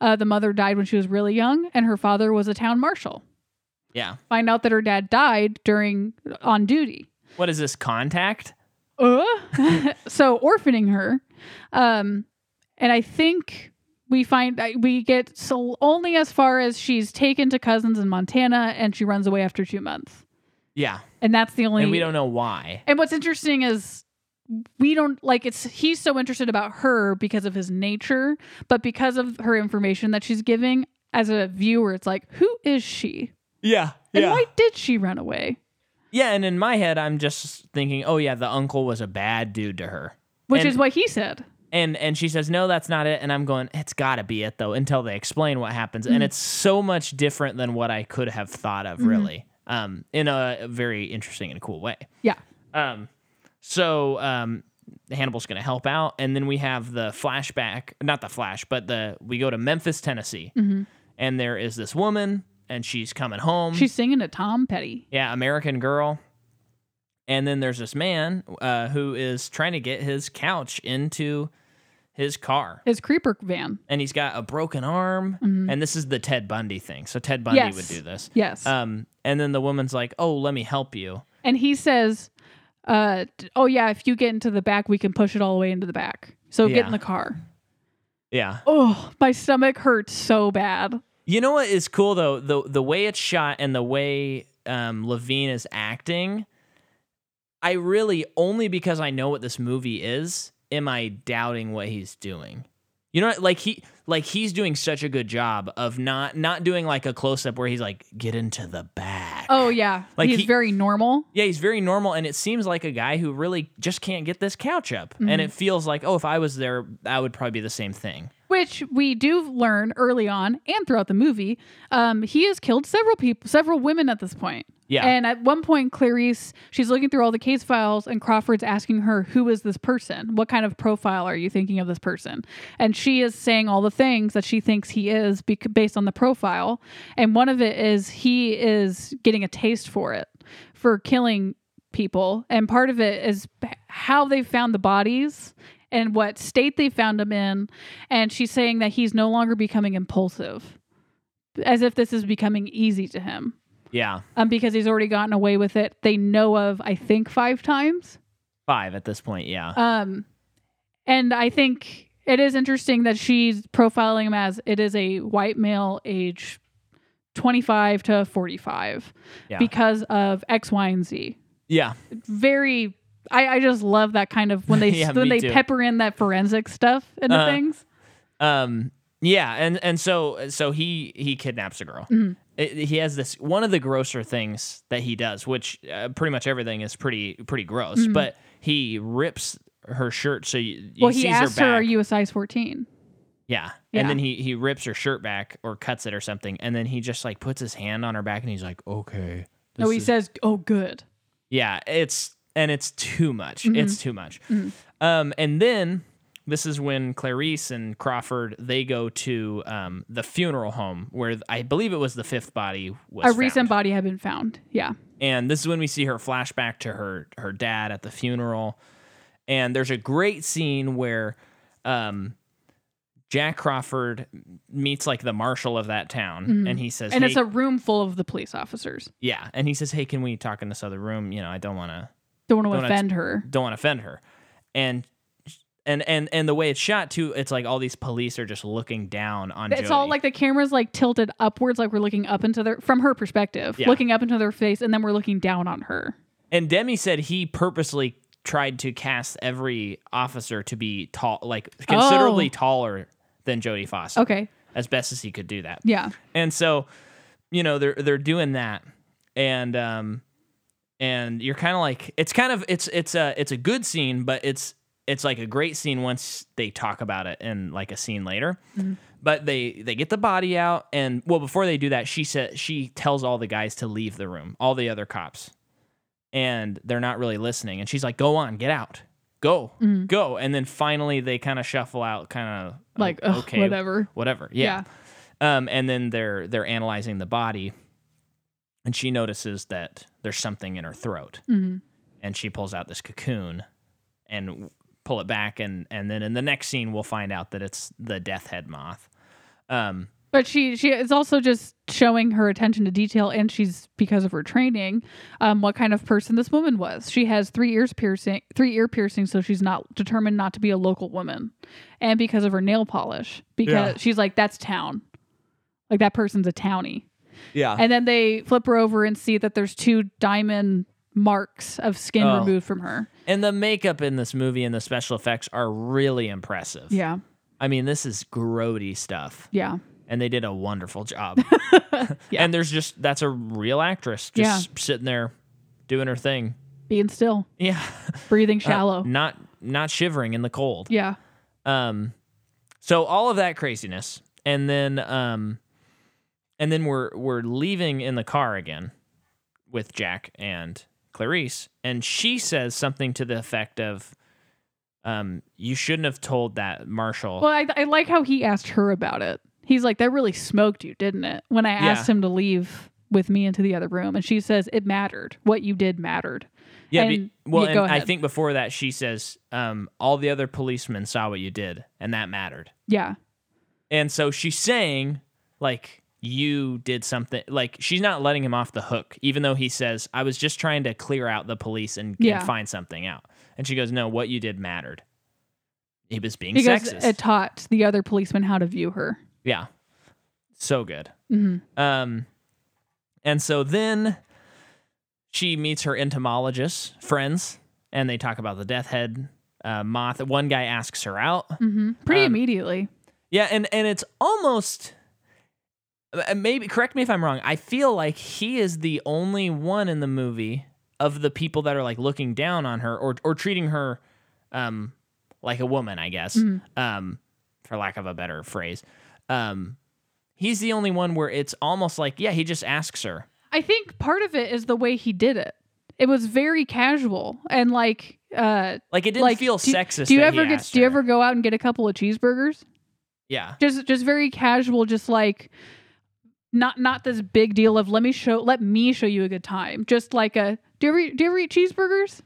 Speaker 2: Uh, the mother died when she was really young, and her father was a town marshal.
Speaker 1: yeah.
Speaker 2: Find out that her dad died during on duty.
Speaker 1: What is this contact?
Speaker 2: Uh? [LAUGHS] so orphaning her, um, and I think we find I- we get so only as far as she's taken to cousins in Montana, and she runs away after two months,
Speaker 1: Yeah.
Speaker 2: and that's the only
Speaker 1: And we don't know why.
Speaker 2: And what's interesting is we don't like it's he's so interested about her because of his nature, but because of her information that she's giving as a viewer, it's like, who is she?
Speaker 1: Yeah.
Speaker 2: And why did she run away?
Speaker 1: Yeah, and in my head, I'm just thinking, oh yeah, the uncle was a bad dude to her,
Speaker 2: Which
Speaker 1: And-
Speaker 2: is what he said.
Speaker 1: and and she says, no, that's not it, and I'm going, it's got to be it though, until they explain what happens, and it's so much different than what I could have thought of, really, um, in a very interesting and cool way.
Speaker 2: Yeah.
Speaker 1: Um, so um, Hannibal's going to help out, and then we have the flashback, not the flash, but the we go to Memphis, Tennessee, and there is this woman, and she's coming home,
Speaker 2: She's singing to Tom Petty.
Speaker 1: yeah, American Girl. And then there's this man uh, who is trying to get his couch into his car.
Speaker 2: His creeper van.
Speaker 1: And he's got a broken arm. And this is the Ted Bundy thing. So Ted Bundy
Speaker 2: Yes.
Speaker 1: would do this.
Speaker 2: Yes.
Speaker 1: Um, and then the woman's like, oh, let me help you.
Speaker 2: and he says, uh, d- oh yeah, if you get into the back, we can push it all the way into the back. So
Speaker 1: Yeah.
Speaker 2: get in the car.
Speaker 1: Yeah.
Speaker 2: Oh, my stomach hurts so bad.
Speaker 1: You know what is cool though the the way it's shot and the way um, Levine is acting. I really only because I know what this movie is am I doubting what he's doing. You know, what? like he like he's doing such a good job of not not doing like a close up where he's like get into the back.
Speaker 2: Oh yeah.
Speaker 1: Like
Speaker 2: He's
Speaker 1: he-
Speaker 2: very normal.
Speaker 1: Yeah, he's very normal, and it seems like a guy who really just can't get this couch up. And it feels like, oh, if I was there, I would probably be the same thing.
Speaker 2: which we do learn early on and throughout the movie um, he has killed several people several women at this point
Speaker 1: Yeah.
Speaker 2: and at one point clarice she's looking through all the case files and crawford's asking her who is this person what kind of profile are you thinking of this person and she is saying all the things that she thinks he is bec- based on the profile and one of it is he is getting a taste for it for killing people and part of it is b- how they found the bodies and what state they found him in and she's saying that he's no longer becoming impulsive as if this is becoming easy to him
Speaker 1: Yeah.
Speaker 2: um, because he's already gotten away with it. They know of, I think, five times.
Speaker 1: Five at this point. Yeah.
Speaker 2: Um, and I think it is interesting that she's profiling him as it is a white male age 25 to 45
Speaker 1: Yeah.
Speaker 2: because of X, Y, and Z.
Speaker 1: yeah.
Speaker 2: Very. I, I just love that kind of when
Speaker 1: [LAUGHS]
Speaker 2: they
Speaker 1: Yeah,
Speaker 2: when
Speaker 1: me
Speaker 2: they
Speaker 1: too.
Speaker 2: pepper in that forensic stuff into
Speaker 1: Uh,
Speaker 2: things.
Speaker 1: Um. Yeah. And and so so he he kidnaps a girl.
Speaker 2: Mm-hmm.
Speaker 1: It- he has this one of the grosser things that he does, which uh, pretty much everything is pretty pretty gross. But he rips her shirt so you, you
Speaker 2: Mm-hmm. Well, he
Speaker 1: sees
Speaker 2: asked
Speaker 1: her,
Speaker 2: her,
Speaker 1: back.
Speaker 2: "Are you a size 14?"
Speaker 1: Yeah.
Speaker 2: Yeah.
Speaker 1: And then he he rips her shirt back or cuts it or something, and then he just like puts his hand on her back and he's like, okay.
Speaker 2: No,
Speaker 1: this
Speaker 2: he
Speaker 1: is-
Speaker 2: says, "Oh, good."
Speaker 1: Yeah, it's and it's too much.
Speaker 2: Mm-hmm.
Speaker 1: It's too much. Um, and then this is when Clarice and Crawford they go to um, the funeral home where th- I believe it was the fifth body was
Speaker 2: A
Speaker 1: found.
Speaker 2: recent body had been found. Yeah.
Speaker 1: and this is when we see her flashback to her her dad at the funeral. And there's a great scene where um, Jack Crawford meets like the marshal of that town, and he says,
Speaker 2: Mm-hmm. and
Speaker 1: "Hey,
Speaker 2: it's a room full of the police officers.
Speaker 1: yeah," and he says, "Hey, can we talk in this other room? You know, I don't want to."
Speaker 2: Don't want
Speaker 1: Don't
Speaker 2: to
Speaker 1: want
Speaker 2: offend her.
Speaker 1: don't want to offend her and and and and the way it's shot too it's like all these police are just looking down on
Speaker 2: It's all
Speaker 1: Jody.
Speaker 2: like the camera's like tilted upwards, like we're looking up into their from her perspective,
Speaker 1: Yeah.
Speaker 2: looking up into their face, and then we're looking down on her.
Speaker 1: and demi said he purposely tried to cast every officer to be tall like considerably
Speaker 2: Oh.
Speaker 1: taller than Jodie Foster
Speaker 2: Okay,
Speaker 1: as best as he could do that
Speaker 2: yeah,
Speaker 1: and so you know they're they're doing that and um and you're kind of like it's kind of it's it's a it's a good scene but it's it's like a great scene once they talk about it in like a scene later
Speaker 2: Mm-hmm.
Speaker 1: but they they get the body out and well before they do that she said she tells all the guys to leave the room all the other cops and they're not really listening and she's like go on get out go
Speaker 2: Mm-hmm.
Speaker 1: go and then finally they kind of shuffle out kind of
Speaker 2: like ugh, whatever.
Speaker 1: whatever. Oh, Yeah. Um, and then they're they're analyzing the body, and she notices that there's something in her throat,
Speaker 2: Mhm.
Speaker 1: and she pulls out this cocoon, and w- pull it back, and and then in the next scene we'll find out that it's the death head moth. Um,
Speaker 2: But she she is also just showing her attention to detail, and she's because of her training, um, what kind of person this woman was. She has three ears piercing, three ear piercings, so she's not determined not to be a local woman, and because of her nail polish, because
Speaker 1: Yeah.
Speaker 2: she's like that's town, like that person's a townie.
Speaker 1: yeah.
Speaker 2: And then they flip her over and see that there's two diamond marks of skin
Speaker 1: Oh.
Speaker 2: removed from her.
Speaker 1: And the makeup in this movie and the special effects are really impressive.
Speaker 2: Yeah.
Speaker 1: I mean, this is grody stuff,
Speaker 2: Yeah.
Speaker 1: and they did a wonderful job.
Speaker 2: [LAUGHS] Yeah.
Speaker 1: And there's just that's a real actress just sitting there doing her thing.
Speaker 2: Being still,
Speaker 1: Yeah.
Speaker 2: breathing
Speaker 1: Uh,
Speaker 2: shallow.
Speaker 1: not not shivering in the cold.
Speaker 2: yeah.
Speaker 1: Um so all of that craziness and then um and then we're we're leaving in the car again with Jack and Clarice and she says something to the effect of um you shouldn't have told that Marshall.
Speaker 2: Well, I, I like how he asked her about it. He's like, that really smoked you, didn't it? When I asked him to leave with me into the other room. And she says, it mattered. What you did mattered.
Speaker 1: yeah, be-
Speaker 2: and-
Speaker 1: well
Speaker 2: yeah, go
Speaker 1: and I
Speaker 2: ahead.
Speaker 1: think before that she says um all the other policemen saw what you did and that mattered.
Speaker 2: Yeah.
Speaker 1: And so she's saying, like, you did something. Like, she's not letting him off the hook, even though he says, I was just trying to clear out the police and,
Speaker 2: Yeah.
Speaker 1: and find something out. And she goes, No, what you did mattered. He was being
Speaker 2: Because
Speaker 1: sexist.
Speaker 2: it taught the other policeman how to view her.
Speaker 1: yeah. So good.
Speaker 2: Mhm.
Speaker 1: Um, and so then she meets her entomologist friends, and they talk about the death head uh, moth. One guy asks her out.
Speaker 2: Mhm. Pretty
Speaker 1: Um,
Speaker 2: immediately.
Speaker 1: Yeah, and and it's almost uh, maybe correct me if I'm wrong. I feel like he is the only one in the movie of the people that are like looking down on her or or treating her um like a woman, I guess.
Speaker 2: Mm-hmm.
Speaker 1: Um for lack of a better phrase. Um he's the only one where it's almost like yeah, he just asks her.
Speaker 2: I think part of it is the way he did it. It was very casual and like uh
Speaker 1: Like it didn't
Speaker 2: like
Speaker 1: feel
Speaker 2: do,
Speaker 1: sexist.
Speaker 2: Do you
Speaker 1: that
Speaker 2: ever
Speaker 1: he
Speaker 2: get
Speaker 1: asked
Speaker 2: do you
Speaker 1: her.
Speaker 2: ever go out and get a couple of cheeseburgers?
Speaker 1: Yeah.
Speaker 2: Just just very casual just like not not this big deal of let me show let me show you a good time. Just like a do you ever do you ever eat cheeseburgers?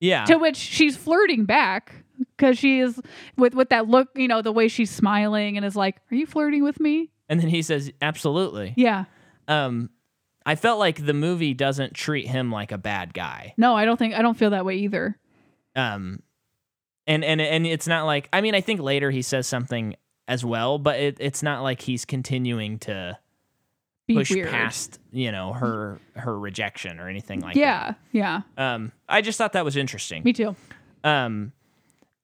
Speaker 1: Yeah.
Speaker 2: To which she's flirting back cuz she is with with that look, you know, the way she's smiling and is like, "Are you flirting with me?"
Speaker 1: And then he says, Absolutely.
Speaker 2: Yeah.
Speaker 1: Um I felt like the movie doesn't treat him like a bad guy.
Speaker 2: No, I don't think I don't feel that way either.
Speaker 1: Um, and and and it's not like I mean I think later he says something as well, but it, it's not like he's continuing to
Speaker 2: Be
Speaker 1: push
Speaker 2: weird.
Speaker 1: past you know her her rejection or anything like
Speaker 2: yeah, yeah.
Speaker 1: that. Um, I just thought that was interesting.
Speaker 2: Me too.
Speaker 1: Um,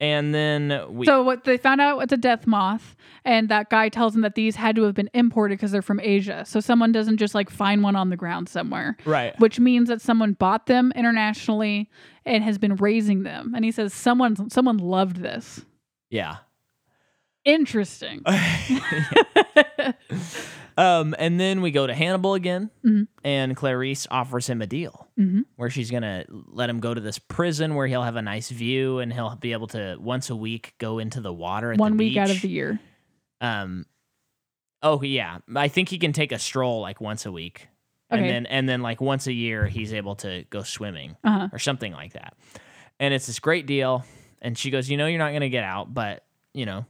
Speaker 1: and then we
Speaker 2: So what they found out it's a death moth, and that guy tells them that these had to have been imported because they're from Asia. So someone doesn't just like find one on the ground somewhere,
Speaker 1: right
Speaker 2: which means that someone bought them internationally and has been raising them. And he says someone someone loved this.
Speaker 1: yeah. [LAUGHS]
Speaker 2: Interesting.
Speaker 1: Um, and then we go to Hannibal again,
Speaker 2: Mhm.
Speaker 1: and Clarice offers him a deal
Speaker 2: Mhm.
Speaker 1: where she's gonna let him go to this prison where he'll have a nice view and he'll be able to once a week go into the water at
Speaker 2: One
Speaker 1: the
Speaker 2: week out of
Speaker 1: beach.
Speaker 2: the year.
Speaker 1: Um. Oh yeah, I think he can take a stroll like once a week,
Speaker 2: Okay.
Speaker 1: and then and then like once a year he's able to go swimming
Speaker 2: Uh-huh.
Speaker 1: or something like that. And it's this great deal. And she goes, you know, you're not gonna get out, but you know,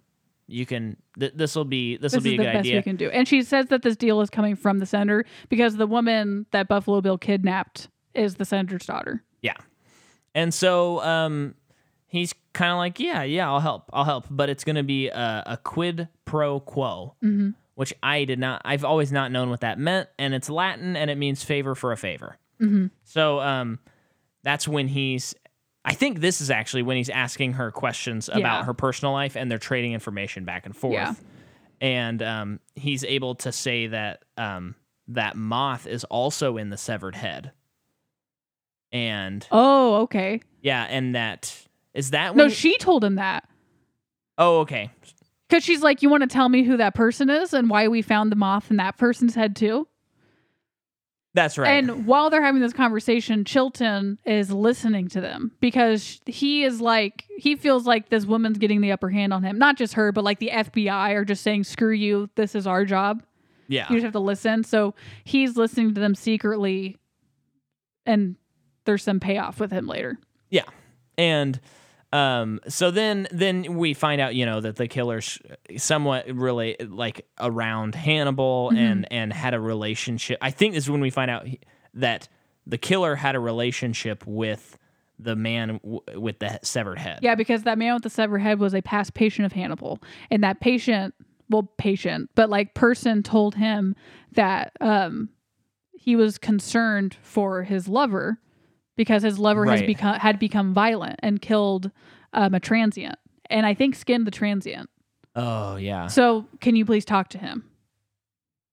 Speaker 1: you can. Th- this will be this will
Speaker 2: This
Speaker 1: be
Speaker 2: is
Speaker 1: a
Speaker 2: the
Speaker 1: good
Speaker 2: best we
Speaker 1: idea.
Speaker 2: can do. And she says that this deal is coming from the senator because the woman that Buffalo Bill kidnapped is the senator's daughter.
Speaker 1: Yeah. And so um, he's kind of like, yeah, yeah, I'll help, I'll help, but it's gonna be a, a quid pro quo.
Speaker 2: Mm-hmm.
Speaker 1: Which I did not, I've always not known what that meant. And it's Latin and it means favor for a favor.
Speaker 2: Mm-hmm.
Speaker 1: So um, that's when he's. I think this is actually when he's asking her questions
Speaker 2: Yeah.
Speaker 1: about her personal life, and they're trading information back and forth.
Speaker 2: Yeah.
Speaker 1: And um, he's able to say that um, that moth is also in the severed head. And
Speaker 2: Oh, okay.
Speaker 1: yeah, and that is that.
Speaker 2: No,
Speaker 1: when-
Speaker 2: she told him that.
Speaker 1: oh, okay.
Speaker 2: Because she's like, you want to tell me who that person is and why we found the moth in that person's head too.
Speaker 1: That's right.
Speaker 2: And while they're having this conversation, Chilton is listening to them because he is like, he feels like this woman's getting the upper hand on him. Not just her, but like the FBI are just saying, screw you. This is our job.
Speaker 1: yeah.
Speaker 2: You just have to listen. So he's listening to them secretly, and there's some payoff with him later.
Speaker 1: Yeah. And um so then then we find out, you know, that the killer's somewhat really like around Hannibal and and had a relationship. I think this is when we find out he- that the killer had a relationship with the man w- with the severed head.
Speaker 2: Yeah, because that man with the severed head was a past patient of Hannibal, and that patient, well, patient, but like person, told him that um, he was concerned for his lover because his lover has
Speaker 1: Right.
Speaker 2: become had become violent and killed um, a transient, and I think skinned the transient.
Speaker 1: Oh, yeah.
Speaker 2: So, can you please talk to him?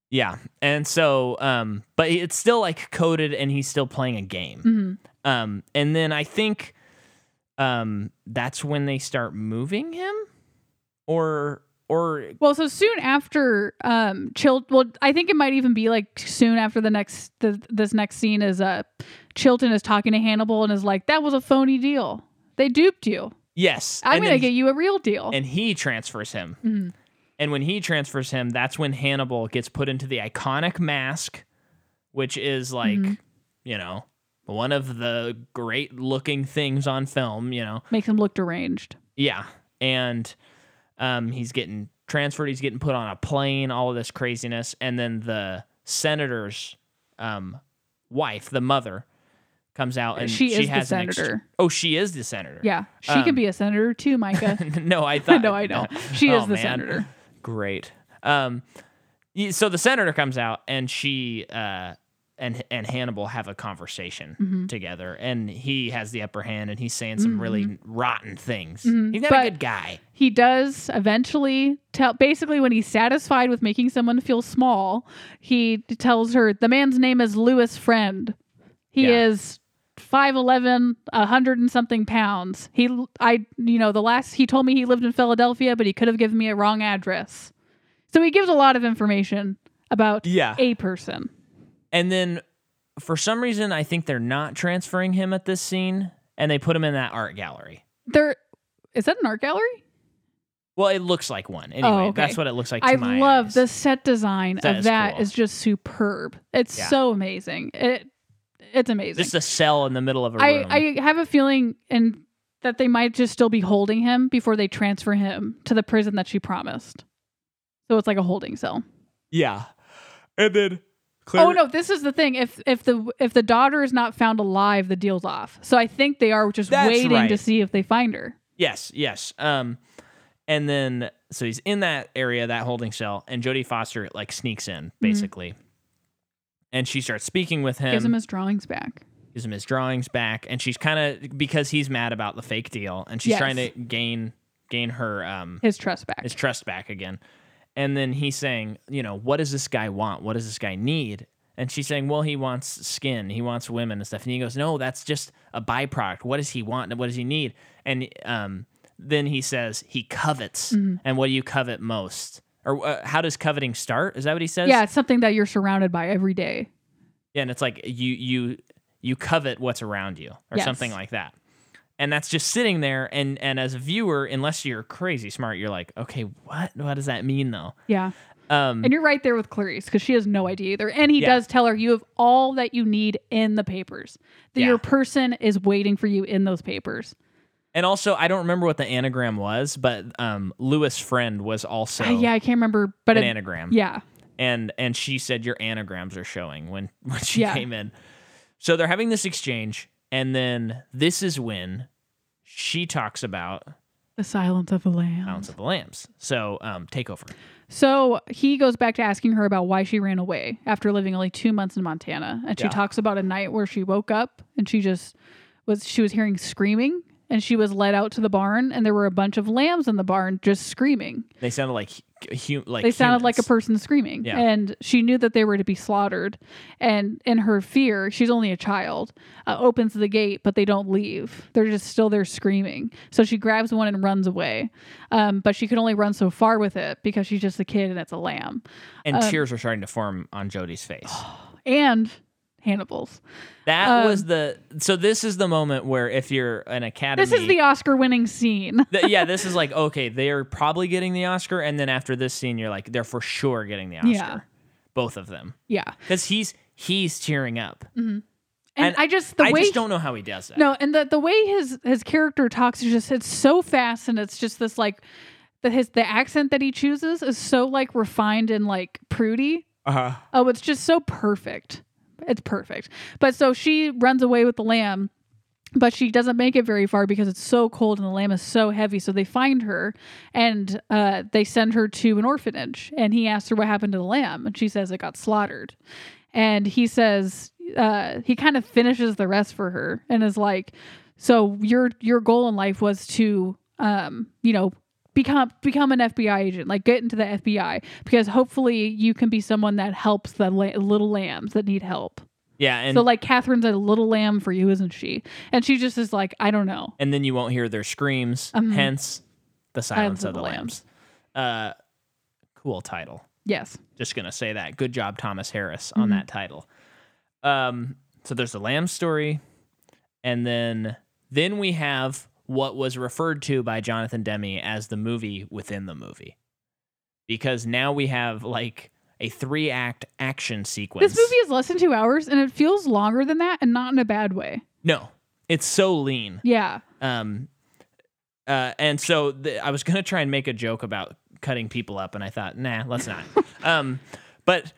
Speaker 1: Yeah. And so um but it's still like coded and he's still playing a game.
Speaker 2: hmm
Speaker 1: Um and then I think um that's when they start moving him or or
Speaker 2: Well, so soon after um Chil well, I think it might even be like soon after the next the, this next scene is uh Chilton is talking to Hannibal and is like, That was a phony deal. They duped you.
Speaker 1: Yes.
Speaker 2: I'm
Speaker 1: and
Speaker 2: gonna
Speaker 1: then
Speaker 2: get you a real deal.
Speaker 1: he- And he transfers him.
Speaker 2: Mhm.
Speaker 1: And when he transfers him, that's when Hannibal gets put into the iconic mask, which is like,
Speaker 2: Mhm.
Speaker 1: you know, one of the great looking things on film, you know.
Speaker 2: Makes him look deranged.
Speaker 1: Yeah. And um, he's getting transferred, he's getting put on a plane, all of this craziness. And then the senator's um, wife, the mother, comes out and
Speaker 2: She
Speaker 1: she
Speaker 2: is the
Speaker 1: has an ext-
Speaker 2: senator.
Speaker 1: oh, she is the senator.
Speaker 2: Yeah. She
Speaker 1: Um,
Speaker 2: can be a senator too, Micah.
Speaker 1: [LAUGHS] no, I thought.
Speaker 2: [LAUGHS] no, I know. She is
Speaker 1: Oh,
Speaker 2: the
Speaker 1: man.
Speaker 2: senator.
Speaker 1: Great. Um, y- so the senator comes out, and she uh, and and Hannibal have a conversation
Speaker 2: Mhm.
Speaker 1: together, and he has the upper hand, and he's saying some really rotten things.
Speaker 2: Mhm.
Speaker 1: He's not
Speaker 2: Mm-hmm. But-
Speaker 1: a good guy.
Speaker 2: He does eventually tell basically when he's satisfied with making someone feel small, he tells her the man's name is Lewis Friend. He
Speaker 1: Yeah.
Speaker 2: is 5'11, 100 and something pounds. He I you know, the last he told me he lived in Philadelphia, but he could have given me a wrong address. So he gives a lot of information about
Speaker 1: Yeah.
Speaker 2: a person.
Speaker 1: And then, for some reason, I think they're not transferring him at this scene, and they put him in that art gallery.
Speaker 2: There is that an art gallery?
Speaker 1: Well, it looks like one anyway.
Speaker 2: Oh, okay.
Speaker 1: That's what it looks like. To
Speaker 2: I
Speaker 1: my
Speaker 2: love
Speaker 1: eyes.
Speaker 2: the set design
Speaker 1: That
Speaker 2: of
Speaker 1: is
Speaker 2: that
Speaker 1: cool.
Speaker 2: is just superb. It's
Speaker 1: Yeah.
Speaker 2: so amazing. It it's amazing.
Speaker 1: Just a cell in the middle of a room.
Speaker 2: I, I have a feeling and that they might just still be holding him before they transfer him to the prison that she promised. So it's like a holding cell.
Speaker 1: Yeah. And then Clear-
Speaker 2: oh no, this is the thing. If if the if the daughter is not found alive, the deal's off. So I think they are just
Speaker 1: That's
Speaker 2: waiting to
Speaker 1: right.
Speaker 2: see if they find her.
Speaker 1: Yes, yes. Um, and then so he's in that area, that holding cell, and Jodie Foster like sneaks in
Speaker 2: Mm-hmm.
Speaker 1: basically, and she starts speaking with him,
Speaker 2: Gives him his drawings back.
Speaker 1: gives him his drawings back, and she's kind of because he's mad about the fake deal, and she's
Speaker 2: Yes.
Speaker 1: trying to gain gain her um
Speaker 2: His trust back.
Speaker 1: his trust back again. And then he's saying, you know, what does this guy want? What does this guy need? And she's saying, well, he wants skin, he wants women and stuff. And he goes, no, that's just a byproduct. What does he want? And what does he need? And um, then he says he covets. And what do you covet most? Or uh, how does coveting start? Is that what he says?
Speaker 2: yeah, it's something that you're surrounded by every day.
Speaker 1: Yeah, and it's like you you you covet what's around you or
Speaker 2: Yes.
Speaker 1: something like that. And that's just sitting there and and as a viewer, unless you're crazy smart, you're like, okay, what what does that mean though?
Speaker 2: Yeah.
Speaker 1: Um,
Speaker 2: And you're right there with Clarice because she has no idea either. And he
Speaker 1: Yeah.
Speaker 2: does tell her, You have all that you need in the papers. That
Speaker 1: Yeah.
Speaker 2: your person is waiting for you in those papers.
Speaker 1: And also, I don't remember what the anagram was, but um, Lewis Friend was also
Speaker 2: Uh, yeah, I can't remember, but
Speaker 1: an
Speaker 2: it,
Speaker 1: anagram.
Speaker 2: yeah.
Speaker 1: And and she said your anagrams are showing when [LAUGHS] when she
Speaker 2: Yeah.
Speaker 1: came in. So they're having this exchange, and then this is when she talks about
Speaker 2: The silence of the lambs.
Speaker 1: Silence of the Lambs. So um, take over.
Speaker 2: So he goes back to asking her about why she ran away after living only two months in Montana. And she
Speaker 1: Yeah.
Speaker 2: talks about a night where she woke up and she just was, she was hearing screaming and she was led out to the barn and there were a bunch of lambs in the barn just screaming.
Speaker 1: They sounded like hu- like
Speaker 2: they sounded like a
Speaker 1: person.
Speaker 2: person screaming.
Speaker 1: Yeah.
Speaker 2: And she knew that they were to be slaughtered. And in her fear, she's only a child, uh, opens the gate, but they don't leave. They're just still there screaming. So she grabs one and runs away. Um, but she could only run so far with it because she's just a kid and it's a lamb.
Speaker 1: and
Speaker 2: um,
Speaker 1: tears were starting to form on Jody's
Speaker 2: [GASPS]
Speaker 1: face.
Speaker 2: and Hannibal's.
Speaker 1: That was
Speaker 2: Um,
Speaker 1: the so this is the moment where if you're an academy
Speaker 2: This is the Oscar winning scene. [LAUGHS]
Speaker 1: Th- yeah, this is like okay, they're probably getting the Oscar, and then after this scene, you're like, they're for sure getting the Oscar,
Speaker 2: Yeah.
Speaker 1: both of them,
Speaker 2: yeah.
Speaker 1: because he's he's tearing up.
Speaker 2: And,
Speaker 1: And
Speaker 2: I just, the
Speaker 1: I
Speaker 2: way.
Speaker 1: just don't know how he does that.
Speaker 2: no, and the, the way his, his character talks is just, it's so fast and it's just this like, that his the accent that he chooses is so like refined and like prudy.
Speaker 1: Uh-huh.
Speaker 2: Oh, it's just so perfect. It's perfect. But so she runs away with the lamb, but she doesn't make it very far because it's so cold and the lamb is so heavy. So they find her and uh, they send her to an orphanage. And he asks her what happened to the lamb. And she says it got slaughtered. And he says, uh, he kind of finishes the rest for her and is like, so your your goal in life was to um, you know, become become an FBI agent, like get into the FBI because hopefully you can be someone that helps the la- little lambs that need help.
Speaker 1: Yeah, and
Speaker 2: so like Catherine's a little lamb for you, isn't she? And she just is like, I don't know.
Speaker 1: and then you won't hear their screams,
Speaker 2: Um,
Speaker 1: hence the silence of the lambs. Uh, cool title.
Speaker 2: Yes.
Speaker 1: Just gonna say that. Good job, Thomas Harris,
Speaker 2: Mm-hmm.
Speaker 1: on that title. Um, so there's the lamb story, and then then we have what was referred to by Jonathan Demi as the movie within the movie, because now we have like a three act action sequence.
Speaker 2: This movie is less than two hours and it feels longer than that and not in a bad way.
Speaker 1: no, it's so lean.
Speaker 2: Yeah.
Speaker 1: Um, uh, and so the, I was gonna try and make a joke about cutting people up, and I thought, nah, let's
Speaker 2: [LAUGHS]
Speaker 1: not. um, but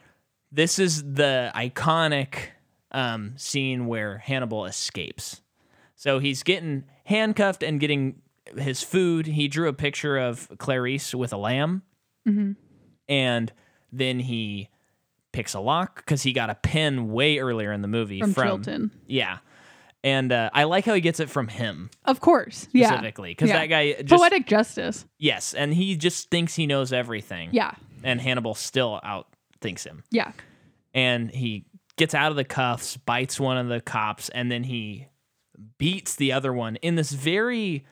Speaker 1: this is the iconic um, scene where Hannibal escapes. So he's getting handcuffed and getting his food. He drew a picture of Clarice with a lamb,
Speaker 2: Mm-hmm.
Speaker 1: and then he picks a lock because he got a pin way earlier in the movie
Speaker 2: From Chilton.
Speaker 1: Yeah. And uh, I like how he gets it from him
Speaker 2: Of course. Yeah.
Speaker 1: specifically because
Speaker 2: Yeah.
Speaker 1: that guy just
Speaker 2: Poetic justice.
Speaker 1: yes and he just thinks he knows everything
Speaker 2: Yeah.
Speaker 1: and hannibal still outthinks him
Speaker 2: Yeah.
Speaker 1: and he gets out of the cuffs bites one of the cops and then he beats the other one in this very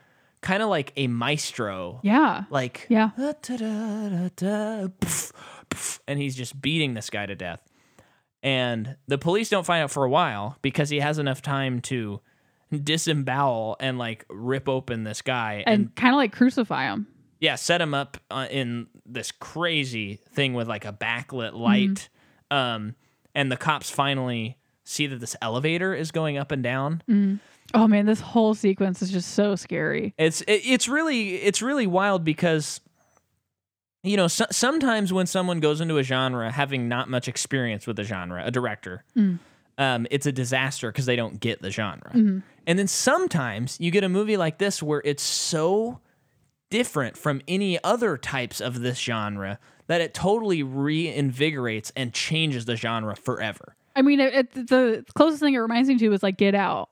Speaker 1: kind of like a maestro
Speaker 2: Yeah.
Speaker 1: like
Speaker 2: Yeah.
Speaker 1: "Ah, ta-da-da-da, pff, pff," and he's just beating this guy to death and the police don't find out for a while because he has enough time to disembowel and like rip open this guy
Speaker 2: And, kind of like crucify him.
Speaker 1: yeah, set him up uh, in this crazy thing with like a backlit light. Um, and the cops finally see that this elevator is going up and down.
Speaker 2: Oh man, this whole sequence is just so scary.
Speaker 1: It's it, it's really it's really wild because you know, so- sometimes when someone goes into a genre having not much experience with the genre, a director, um, it's a disaster because they don't get the genre. And then sometimes you get a movie like this where it's so different from any other types of this genre that it totally reinvigorates and changes the genre forever.
Speaker 2: I mean, it, it, the closest thing it reminds me to is like Get Out,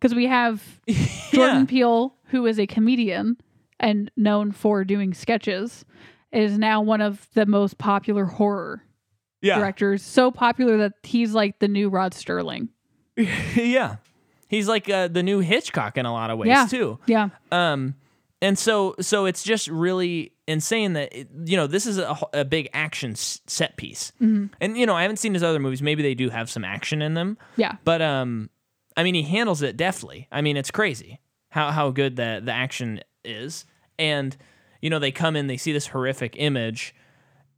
Speaker 2: because we have
Speaker 1: [LAUGHS]
Speaker 2: Jordan Peele, who is a comedian and known for doing sketches, is now one of the most popular horror
Speaker 1: Yeah.
Speaker 2: directors. So popular that he's like the new Rod Sterling.
Speaker 1: [LAUGHS] yeah. He's like uh, the new Hitchcock in a lot of ways
Speaker 2: Yeah.
Speaker 1: too.
Speaker 2: Yeah,
Speaker 1: Um, and so so it's just really insane that it- you know this is a, wh- a big action s- set piece,
Speaker 2: Mm-hmm.
Speaker 1: and you know I haven't seen his other movies. Maybe they do have some action in them,
Speaker 2: yeah.
Speaker 1: but um, I mean he handles it deftly. I mean it's crazy how how good the the action is, and you know they come in, they see this horrific image,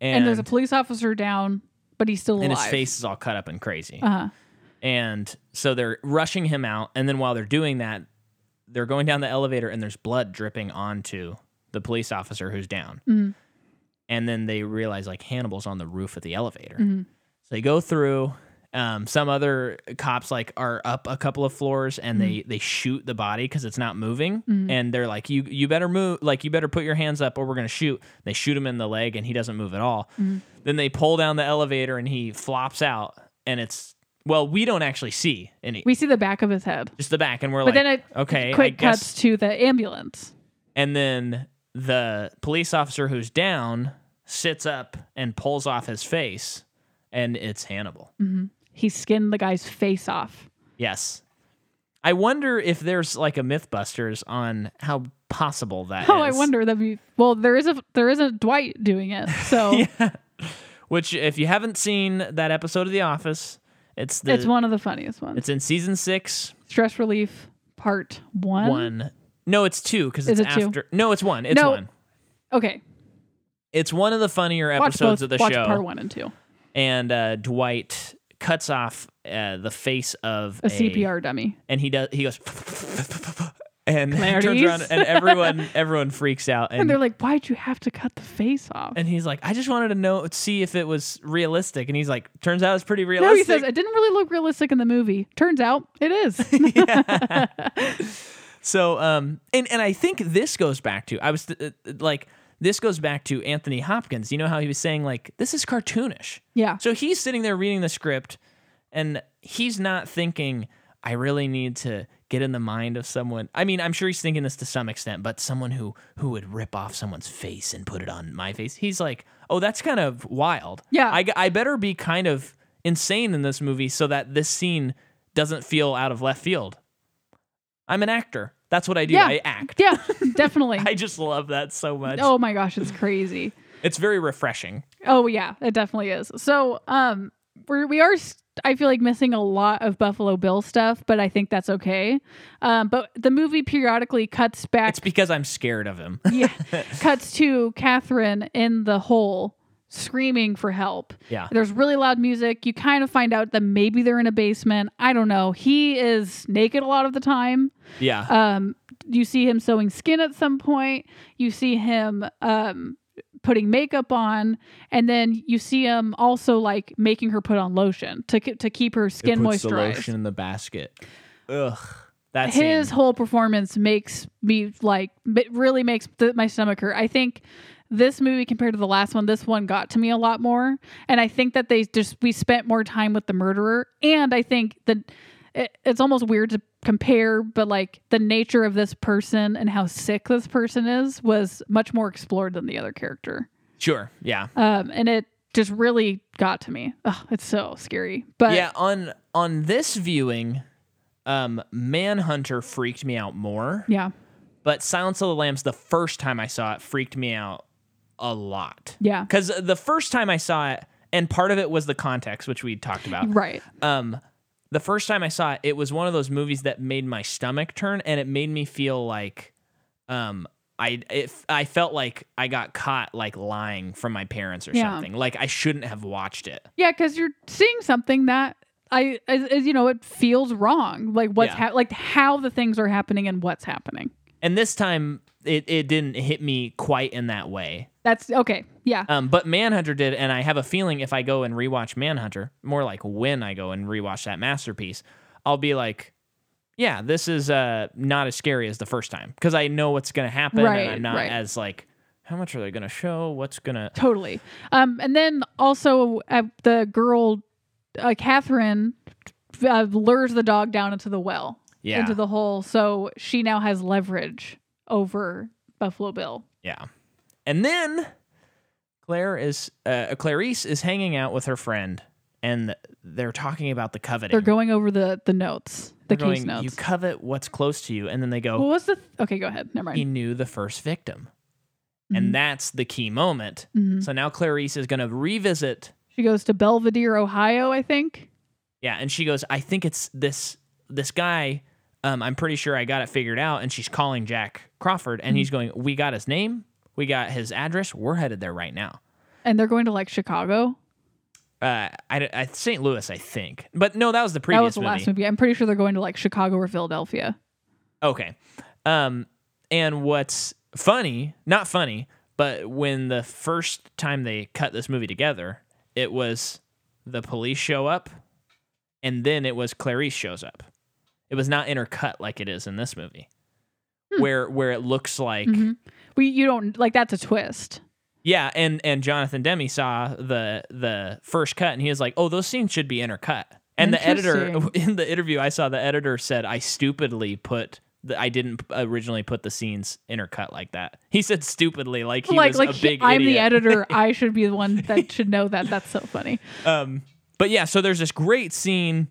Speaker 1: and,
Speaker 2: And, there's a police officer down, but he's still alive.
Speaker 1: and his face is all cut up and crazy.
Speaker 2: Uh-huh.
Speaker 1: And so they're rushing him out. And then while they're doing that, they're going down the elevator and there's blood dripping onto the police officer who's down.
Speaker 2: Mm-hmm.
Speaker 1: And then they realize like Hannibal's on the roof of the elevator.
Speaker 2: Mm-hmm.
Speaker 1: So they go through. Um, some other cops like are up a couple of floors and they
Speaker 2: Mm-hmm.
Speaker 1: they shoot the body because it's not moving and they're like you you better move like you better put your hands up or we're gonna shoot they shoot him in the leg and he doesn't move at all
Speaker 2: Mm-hmm.
Speaker 1: then they pull down the elevator and he flops out and it's well we don't actually see any
Speaker 2: We see the back of his head,
Speaker 1: just the back and we're
Speaker 2: but
Speaker 1: like
Speaker 2: then it
Speaker 1: okay I
Speaker 2: quick
Speaker 1: guess
Speaker 2: cuts to the ambulance.
Speaker 1: and then the police officer who's down sits up and pulls off his face, and it's Hannibal.
Speaker 2: Mm. He skinned the guy's face off.
Speaker 1: Yes. I wonder if there's like a Mythbusters on how possible that is.
Speaker 2: Oh, I wonder that we. Well, there is a there is a Dwight doing it.
Speaker 1: [LAUGHS]
Speaker 2: So
Speaker 1: Which, if you haven't seen that episode of The Office, it's the
Speaker 2: it's
Speaker 1: it's,
Speaker 2: one of the funniest ones.
Speaker 1: in season six,
Speaker 2: Stress relief part one.
Speaker 1: one. No, it's two because
Speaker 2: Is
Speaker 1: it's
Speaker 2: it two?
Speaker 1: after. No, it's one. It's
Speaker 2: No.
Speaker 1: one.
Speaker 2: Okay,
Speaker 1: It's one of the funnier
Speaker 2: watch
Speaker 1: episodes
Speaker 2: both.
Speaker 1: of the
Speaker 2: watch
Speaker 1: show.
Speaker 2: part one and two.
Speaker 1: And uh, Dwight cuts off uh, the face of
Speaker 2: A CPR dummy.
Speaker 1: and he does he goes and [LAUGHS] turns
Speaker 2: Clarice.
Speaker 1: around and
Speaker 2: [LAUGHS]
Speaker 1: everyone everyone freaks out
Speaker 2: And
Speaker 1: and
Speaker 2: they're like, "Why'd you have to cut the face off?"
Speaker 1: and he's like I just wanted to know see if it was realistic and he's like turns out it's pretty
Speaker 2: no, he
Speaker 1: realistic
Speaker 2: says it didn't really look realistic in the movie. Turns out it
Speaker 1: [LAUGHS]
Speaker 2: is.
Speaker 1: so um and and I think this goes back to I was uh, uh, like this goes back to Anthony Hopkins you know how he was saying like this is cartoonish
Speaker 2: yeah,
Speaker 1: So he's sitting there reading the script and he's not thinking, I really need to get in the mind of someone. I mean, I'm sure he's thinking this to some extent, but someone who who would rip off someone's face and put it on my face. He's like, oh, that's kind of wild.
Speaker 2: Yeah.
Speaker 1: I, I better be kind of insane in this movie so that this scene doesn't feel out of left field. I'm an actor. That's what I do.
Speaker 2: Yeah.
Speaker 1: I act. [LAUGHS]
Speaker 2: yeah, definitely.
Speaker 1: I just love that so much.
Speaker 2: [LAUGHS] oh my gosh, it's crazy.
Speaker 1: It's very refreshing.
Speaker 2: Oh yeah, it definitely is. So um, we're, we are. St- I feel like missing a lot of Buffalo Bill stuff, but I think that's okay. Um, but the movie periodically cuts back.
Speaker 1: It's because I'm scared of him.
Speaker 2: yeah, cuts to Catherine in the hole screaming for help.
Speaker 1: Yeah.
Speaker 2: There's really loud music. You kind of find out that maybe they're in a basement. I don't know. He is naked a lot of the time.
Speaker 1: Yeah.
Speaker 2: Um, you see him sewing skin at some point. You see him um, putting makeup on, and then you see him also like making her put on lotion to ke- to keep her skin
Speaker 1: puts the
Speaker 2: moisturized.
Speaker 1: lotion in the basket. Ugh, that's
Speaker 2: His whole performance makes me like it really makes th- my stomach hurt. I think this movie compared to the last one, this one got to me a lot more, and I think that they just we spent more time with the murderer, and I think that it, it's almost weird to compare, but like the nature of this person and how sick this person is was much more explored than the other character,
Speaker 1: sure. Yeah,
Speaker 2: um, and it just really got to me. Oh, it's so scary, but
Speaker 1: yeah. On on this viewing, um, Manhunter freaked me out more,
Speaker 2: yeah,
Speaker 1: but Silence of the Lambs, the first time I saw it, freaked me out a lot.
Speaker 2: Yeah.
Speaker 1: because the first time I saw it, and part of it was the context, which we talked about.
Speaker 2: right,
Speaker 1: Um, the first time I saw it, it was one of those movies that made my stomach turn, and it made me feel like, um, I it, I felt like I got caught like lying from my parents or
Speaker 2: Yeah.
Speaker 1: something. Like I shouldn't have watched it.
Speaker 2: Yeah, because you're seeing something that I, as, as you know, it feels wrong. Like what's
Speaker 1: Yeah.
Speaker 2: hap like how the things are happening and what's happening.
Speaker 1: And this time, it it didn't hit me quite in that way.
Speaker 2: That's okay. Yeah.
Speaker 1: Um, but Manhunter did, and I have a feeling if I go and rewatch Manhunter, more like when I go and rewatch that masterpiece, I'll be like, yeah, this is uh, not as scary as the first time because I know what's going to happen,
Speaker 2: Right,
Speaker 1: and I'm not
Speaker 2: right.
Speaker 1: as like, how much are they going to show? What's going to?
Speaker 2: totally. Um, and then also uh, the girl, uh, Catherine, uh, lures the dog down into the well,
Speaker 1: Yeah,
Speaker 2: into the hole. So she now has leverage over Buffalo Bill.
Speaker 1: yeah. And then Claire is uh, Clarice is hanging out with her friend, and they're talking about the coveting.
Speaker 2: They're going over the the notes, the
Speaker 1: They're
Speaker 2: case
Speaker 1: going, You
Speaker 2: notes.
Speaker 1: covet what's close to you, and then they go,
Speaker 2: what was the? okay, go ahead. Never
Speaker 1: he
Speaker 2: mind.
Speaker 1: knew the first victim.
Speaker 2: Mhm.
Speaker 1: And that's the key moment.
Speaker 2: Mhm.
Speaker 1: So now Clarice is going to revisit.
Speaker 2: She goes to Belvedere, Ohio, I think.
Speaker 1: Yeah, and she goes, "I think it's this this guy. Um, I'm pretty sure I got it figured out." And she's calling Jack Crawford, and
Speaker 2: Mm-hmm.
Speaker 1: he's going, "We got his name, we got his address. We're headed there right now."
Speaker 2: And they're going to like Chicago.
Speaker 1: Uh, I, I St. Louis, I think, but no, that was the previous
Speaker 2: That was the
Speaker 1: movie.
Speaker 2: last movie. I'm pretty sure they're going to like Chicago or Philadelphia.
Speaker 1: Okay. Um, and what's funny, not funny, but when the first time they cut this movie together, it was the police show up and then it was Clarice shows up. It was not intercut like it is in this movie. Where where it looks like
Speaker 2: We you don't like that's a twist.
Speaker 1: yeah, and and Jonathan Demi saw the the first cut, and he was like, "Oh, those scenes should be intercut." And the editor
Speaker 2: Interesting.
Speaker 1: [LAUGHS] in the interview I saw, the editor said, "I stupidly put." The, I didn't originally put the scenes intercut like that. He said stupidly, like he
Speaker 2: like
Speaker 1: was
Speaker 2: like
Speaker 1: a
Speaker 2: he-
Speaker 1: big
Speaker 2: I'm the
Speaker 1: idiot. [LAUGHS]
Speaker 2: editor. I should be the one that should know that. That's so funny.
Speaker 1: um, but yeah, so there's this great scene,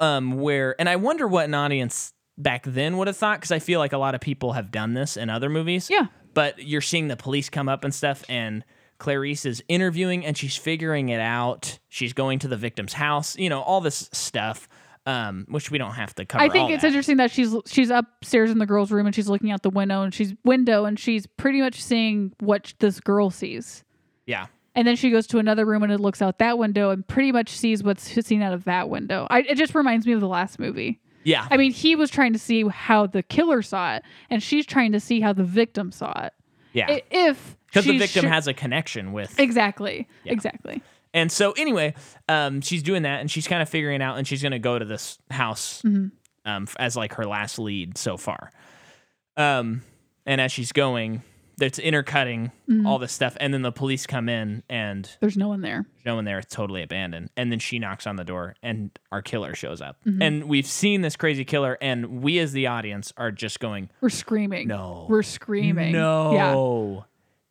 Speaker 1: um, where and I wonder what an audience back then would have thought because I feel like a lot of people have done this in other movies.
Speaker 2: Yeah.
Speaker 1: but you're seeing the police come up and stuff and clarice is interviewing and she's figuring it out she's going to the victim's house you know all this stuff um, which we don't have to cover
Speaker 2: I think
Speaker 1: all
Speaker 2: it's
Speaker 1: that.
Speaker 2: interesting that she's she's upstairs in the girls' room and she's looking out the window and she's window and she's pretty much seeing what sh- this girl sees.
Speaker 1: yeah
Speaker 2: And then she goes to another room and it looks out that window and pretty much sees what's seen out of that window. I, it just reminds me of the last movie.
Speaker 1: yeah
Speaker 2: I mean, he was trying to see how the killer saw it, and she's trying to see how the victim saw it.
Speaker 1: yeah
Speaker 2: I- If
Speaker 1: because the
Speaker 2: she's
Speaker 1: victim
Speaker 2: sure-
Speaker 1: has a connection with
Speaker 2: exactly, exactly.
Speaker 1: and so anyway um, she's doing that and she's kind of figuring it out and she's going to go to this house
Speaker 2: Mm-hmm.
Speaker 1: um, f- as like her last lead so far um, and as she's going it's intercutting
Speaker 2: Mm-hmm.
Speaker 1: all this stuff and then the police come in and
Speaker 2: There's no one there.
Speaker 1: no one there. It's totally abandoned. And then she knocks on the door, and our killer shows up.
Speaker 2: Mm-hmm.
Speaker 1: And we've seen this crazy killer, and we as the audience are just going,
Speaker 2: We're screaming.
Speaker 1: No.
Speaker 2: we're screaming. yeah,
Speaker 1: no,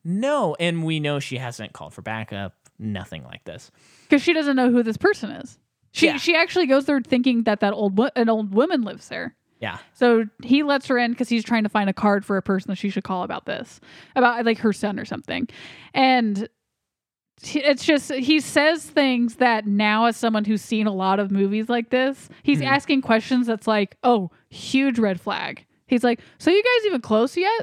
Speaker 1: no. And we know she hasn't called for backup, nothing like this.
Speaker 2: because she doesn't know who this person is. She
Speaker 1: Yeah.
Speaker 2: she actually goes there thinking that that old wo- an old woman lives there.
Speaker 1: Yeah.
Speaker 2: So he lets her in because he's trying to find a card for a person that she should call about this, about like her son or something. And he- it's just, he says things that now, as someone who's seen a lot of movies like this, he's asking questions that's like, oh, huge red flag. He's like, so you guys even close yet?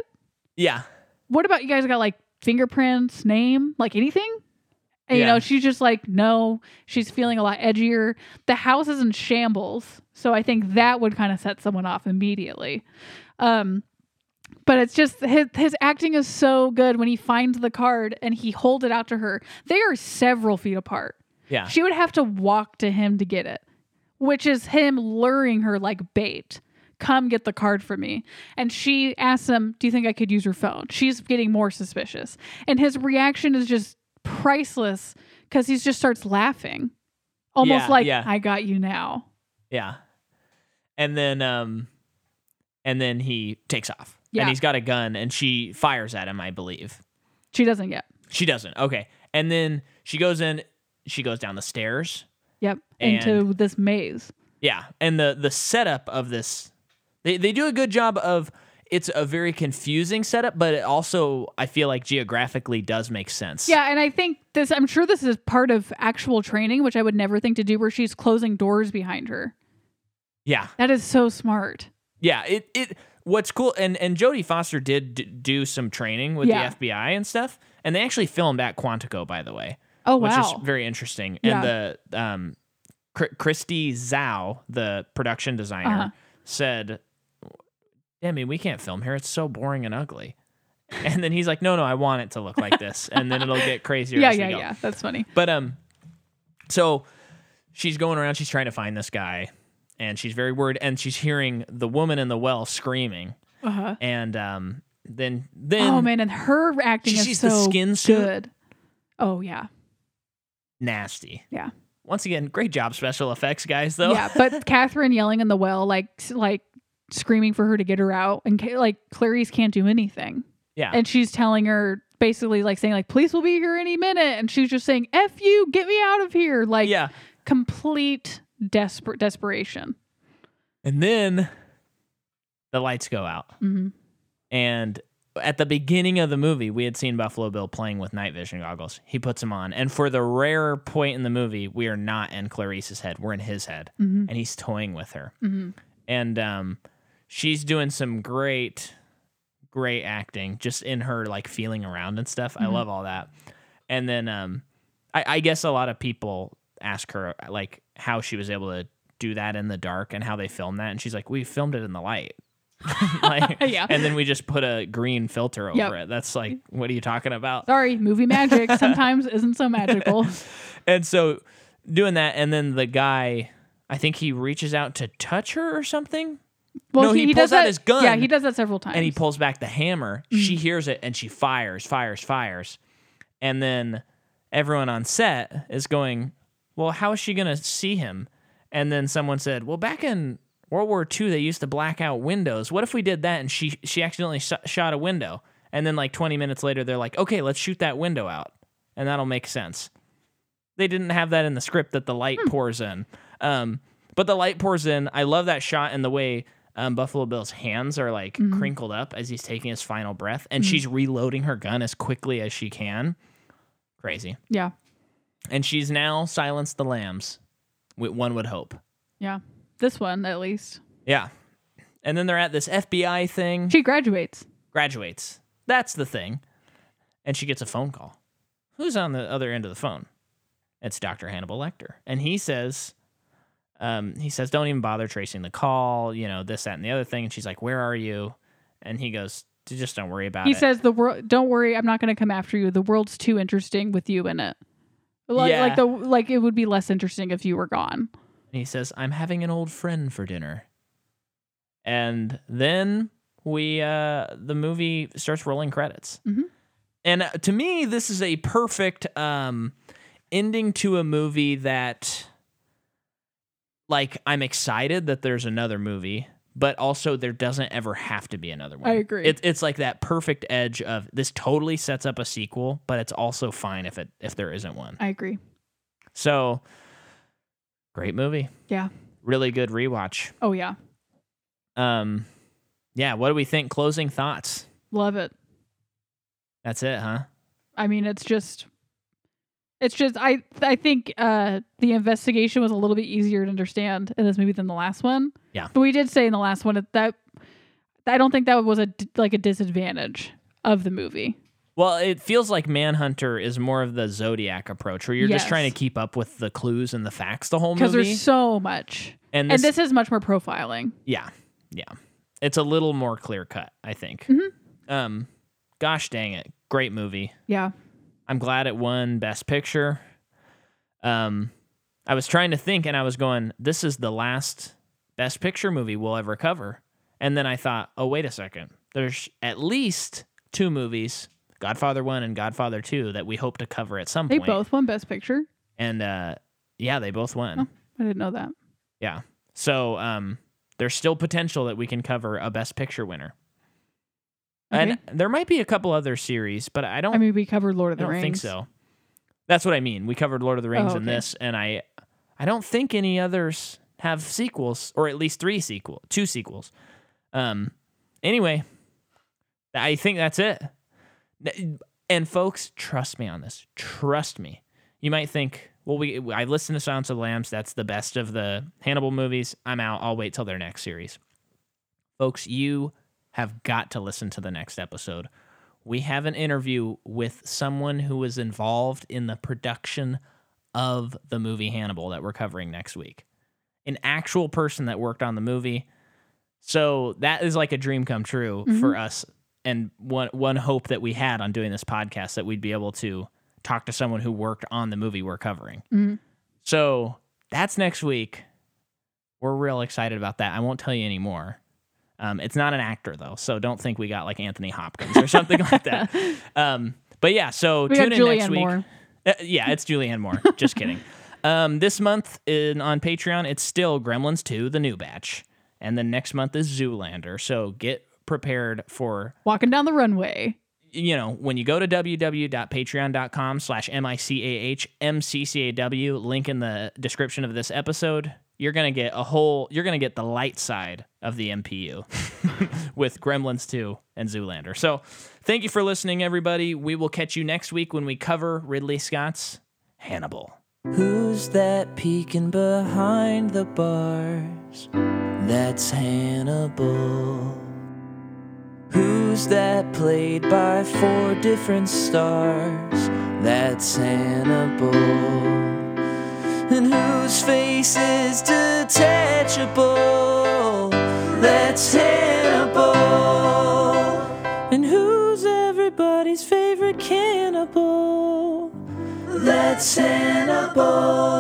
Speaker 1: Yeah.
Speaker 2: What about you guys got like fingerprints, name, like anything? And, You
Speaker 1: Yeah.
Speaker 2: know, she's just like, no, she's feeling a lot edgier. The house is in shambles. So I think that would kind of set someone off immediately. Um, but it's just his, his acting is so good when he finds the card and he holds it out to her. They are several feet apart.
Speaker 1: Yeah.
Speaker 2: She would have to walk to him to get it, which is him luring her like bait. Come get the card for me. And she asks him, Do you think I could use your phone? She's getting more suspicious. And his reaction is just priceless because he just starts laughing, almost
Speaker 1: Yeah,
Speaker 2: like,
Speaker 1: yeah.
Speaker 2: I got you now.
Speaker 1: Yeah. And then, um, and then he takes off.
Speaker 2: Yeah.
Speaker 1: And he's got a gun, and she fires at him, I believe.
Speaker 2: She doesn't get.
Speaker 1: She doesn't. Okay. And then she goes in, she goes down the stairs.
Speaker 2: Yep.
Speaker 1: And-
Speaker 2: into this maze.
Speaker 1: Yeah, and the the setup of this, they they do a good job of. It's a very confusing setup, but it also I feel like geographically does make sense.
Speaker 2: Yeah, and I think this I'm sure this is part of actual training, which I would never think to do where she's closing doors behind her.
Speaker 1: yeah,
Speaker 2: That is so smart.
Speaker 1: yeah. It it what's cool and and Jodie Foster did d- do some training with
Speaker 2: Yeah.
Speaker 1: the FBI and stuff, and they actually filmed at Quantico, by the way,
Speaker 2: Oh
Speaker 1: which
Speaker 2: wow.
Speaker 1: is very interesting.
Speaker 2: Yeah.
Speaker 1: And the um, Chr- Christy Zhao, the production designer,
Speaker 2: Uh-huh.
Speaker 1: said, "Demi, we can't film here. It's so boring and ugly." and then he's like, "No, no, I want it to look like
Speaker 2: [LAUGHS]
Speaker 1: this," and then it'll get crazier.
Speaker 2: yeah,
Speaker 1: as we
Speaker 2: yeah,
Speaker 1: go.
Speaker 2: yeah. That's funny.
Speaker 1: But um, so she's going around. She's trying to find this guy, and she's very worried. And she's hearing the woman in the well screaming,
Speaker 2: Uh-huh.
Speaker 1: and um, then then
Speaker 2: Oh man, and her acting
Speaker 1: She
Speaker 2: is
Speaker 1: sees
Speaker 2: so
Speaker 1: the skin suit.
Speaker 2: good. Oh yeah,
Speaker 1: nasty.
Speaker 2: yeah,
Speaker 1: Once again, great job, special effects guys. Though [LAUGHS]
Speaker 2: yeah. But [LAUGHS] Catherine yelling in the well, like s- like screaming for her to get her out, and Ca- like Clarice can't do anything.
Speaker 1: Yeah.
Speaker 2: and she's telling her basically like saying like police will be here any minute, and she's just saying "f you, get me out of here." Like
Speaker 1: yeah.
Speaker 2: complete desperate desperation.
Speaker 1: And then the lights go out,
Speaker 2: hmm
Speaker 1: and at the beginning of the movie, we had seen Buffalo Bill playing with night vision goggles. He puts them on, and for the rare point in the movie, we are not in Clarice's head; we're in his head,
Speaker 2: Mhm.
Speaker 1: and he's toying with her.
Speaker 2: hmm
Speaker 1: and um, she's doing some great, great acting just in her like feeling around and stuff. I
Speaker 2: Mhm.
Speaker 1: love all that. And then um, I, I guess a lot of people ask her uh, like how she was able to do that in the dark and how they filmed that, and she's like, "We filmed it in the light." [LAUGHS] like,
Speaker 2: [LAUGHS] Yeah.
Speaker 1: And then we just put a green filter over
Speaker 2: Yep.
Speaker 1: it. That's like, what are you talking about?
Speaker 2: Sorry, movie magic sometimes isn't so
Speaker 1: [LAUGHS]
Speaker 2: magical.
Speaker 1: And so doing that, and then the guy, I think he reaches out to touch her or something.
Speaker 2: Well,
Speaker 1: No,
Speaker 2: he,
Speaker 1: he
Speaker 2: he does
Speaker 1: pulls out
Speaker 2: that,
Speaker 1: his gun,
Speaker 2: Yeah, he does that several times.
Speaker 1: and he pulls back the hammer. She hears it and she fires, fires, fires. And then everyone on set is going, Well, how is she going to see him? And then someone said, Well, back in World War II, they used to black out windows. What if we did that? And she, she accidentally sh- shot a window. And then, like 20 minutes later, they're like, Okay, let's shoot that window out. And that'll make sense. They didn't have that in the script that the light pours in. Um, but the light pours in. I love that shot and the way um, Buffalo Bill's hands are like crinkled up as he's taking his final breath, and she's reloading her gun as quickly as she can. Crazy.
Speaker 2: yeah,
Speaker 1: And she's now silenced the lambs. wi- One would hope.
Speaker 2: yeah. This one, at least,
Speaker 1: Yeah. And then they're at this FBI thing.
Speaker 2: she graduates.
Speaker 1: graduates. That's the thing. And she gets a phone call. Who's on the other end of the phone? It's Dr. Hannibal Lecter. And he says, um, he says, don't even bother tracing the call, you know, this, that, and the other thing. And she's like, where are you? And he goes, "J- just don't worry about
Speaker 2: He
Speaker 1: it.
Speaker 2: says, "The world, don't worry, I'm not going to come after you. The world's too interesting with you in it. Like,
Speaker 1: Yeah.
Speaker 2: like the like, it would be less interesting if you were gone."
Speaker 1: and he says, I'm having an old friend for dinner. And then we, uh, the movie starts rolling credits.
Speaker 2: Mhm.
Speaker 1: And uh, to me, this is a perfect um, ending to a movie that, like, I'm excited that there's another movie, but also there doesn't ever have to be another one.
Speaker 2: I agree.
Speaker 1: It, it's like that perfect edge of this totally sets up a sequel, but it's also fine if it if there isn't one.
Speaker 2: I agree.
Speaker 1: So, great movie.
Speaker 2: Yeah.
Speaker 1: Really good rewatch.
Speaker 2: Oh yeah,
Speaker 1: Um, yeah. What do we think? Closing thoughts.
Speaker 2: love it.
Speaker 1: That's it, huh?
Speaker 2: I mean, it's just, it's just. I I think uh the investigation was a little bit easier to understand in this movie than the last one.
Speaker 1: Yeah.
Speaker 2: but we did say in the last one that, that I don't think that was a d- like a disadvantage of the movie.
Speaker 1: Well, it feels like Manhunter is more of the Zodiac approach, where you're just
Speaker 2: Yes.
Speaker 1: trying to keep up with the clues and the facts the whole
Speaker 2: because
Speaker 1: movie.
Speaker 2: there's so much
Speaker 1: and, this,
Speaker 2: and this is much more profiling
Speaker 1: yeah, yeah, it's a little more clear cut, I think.
Speaker 2: Mm-hmm.
Speaker 1: Um, gosh dang it, great movie.
Speaker 2: yeah
Speaker 1: I'm glad it won Best Picture. Um, I was trying to think, and I was going, "This is the last Best Picture movie we'll ever cover." And then I thought, "Oh, wait a second. There's at least two movies, Godfather One and Godfather Two, that we hope to cover at some
Speaker 2: they
Speaker 1: point."
Speaker 2: both won best picture
Speaker 1: and uh, yeah, they both won.
Speaker 2: i didn't know that
Speaker 1: Yeah, so um, there's still potential that we can cover a Best Picture winner.
Speaker 2: Okay.
Speaker 1: And there might be a couple other series, but I don't.
Speaker 2: i mean we covered lord of
Speaker 1: I
Speaker 2: the
Speaker 1: don't
Speaker 2: rings
Speaker 1: think so. That's what I mean. We covered Lord of the Rings
Speaker 2: Oh,
Speaker 1: in
Speaker 2: okay.
Speaker 1: this, and I, I don't think any others have sequels, or at least three sequel, two sequels. Um. Anyway, I think that's it. N- And folks, trust me on this. Trust me. You might think, well, we I listened to Silence of the Lambs. That's the best of the Hannibal movies. I'm out. I'll wait till their next series. Folks, you have got to listen to the next episode. We have an interview with someone who was involved in the production of the movie Hannibal that we're covering next week. An actual person that worked on the movie. So that is like a dream come true for us and one one hope that we had on doing this podcast that we'd be able to talk to someone who worked on the movie we're covering.
Speaker 2: Mhm.
Speaker 1: So that's next week. We're real excited about that. I won't tell you anymore. Um, it's not an actor though, so don't think we got like Anthony Hopkins or something like
Speaker 2: [LAUGHS]
Speaker 1: that. Um, but yeah, so
Speaker 2: We
Speaker 1: tune
Speaker 2: got
Speaker 1: in next
Speaker 2: Julianne
Speaker 1: week.
Speaker 2: Moore.
Speaker 1: Uh, yeah, it's Julianne
Speaker 2: [LAUGHS]
Speaker 1: Moore. Just kidding. Um, this month in on Patreon, it's still Gremlins 2, the new batch. And then next month is Zoolander. So get prepared for,
Speaker 2: Walking down the runway.
Speaker 1: you know, when you go to www.patreon.com slash M-I-C-A-H M-C-C-A-W, link in the description of this episode, you're going to get a whole, you're going to get the light side of the MPU with Gremlins 2 and Zoolander. So thank you for listening, everybody. We will catch you next week when we cover Ridley Scott's Hannibal.
Speaker 3: Who's that peeking behind the bars? That's Hannibal. Who's that played by four different stars? That's Hannibal. And whose face is detachable? That's Hannibal. And who's everybody's favorite cannibal? That's Hannibal.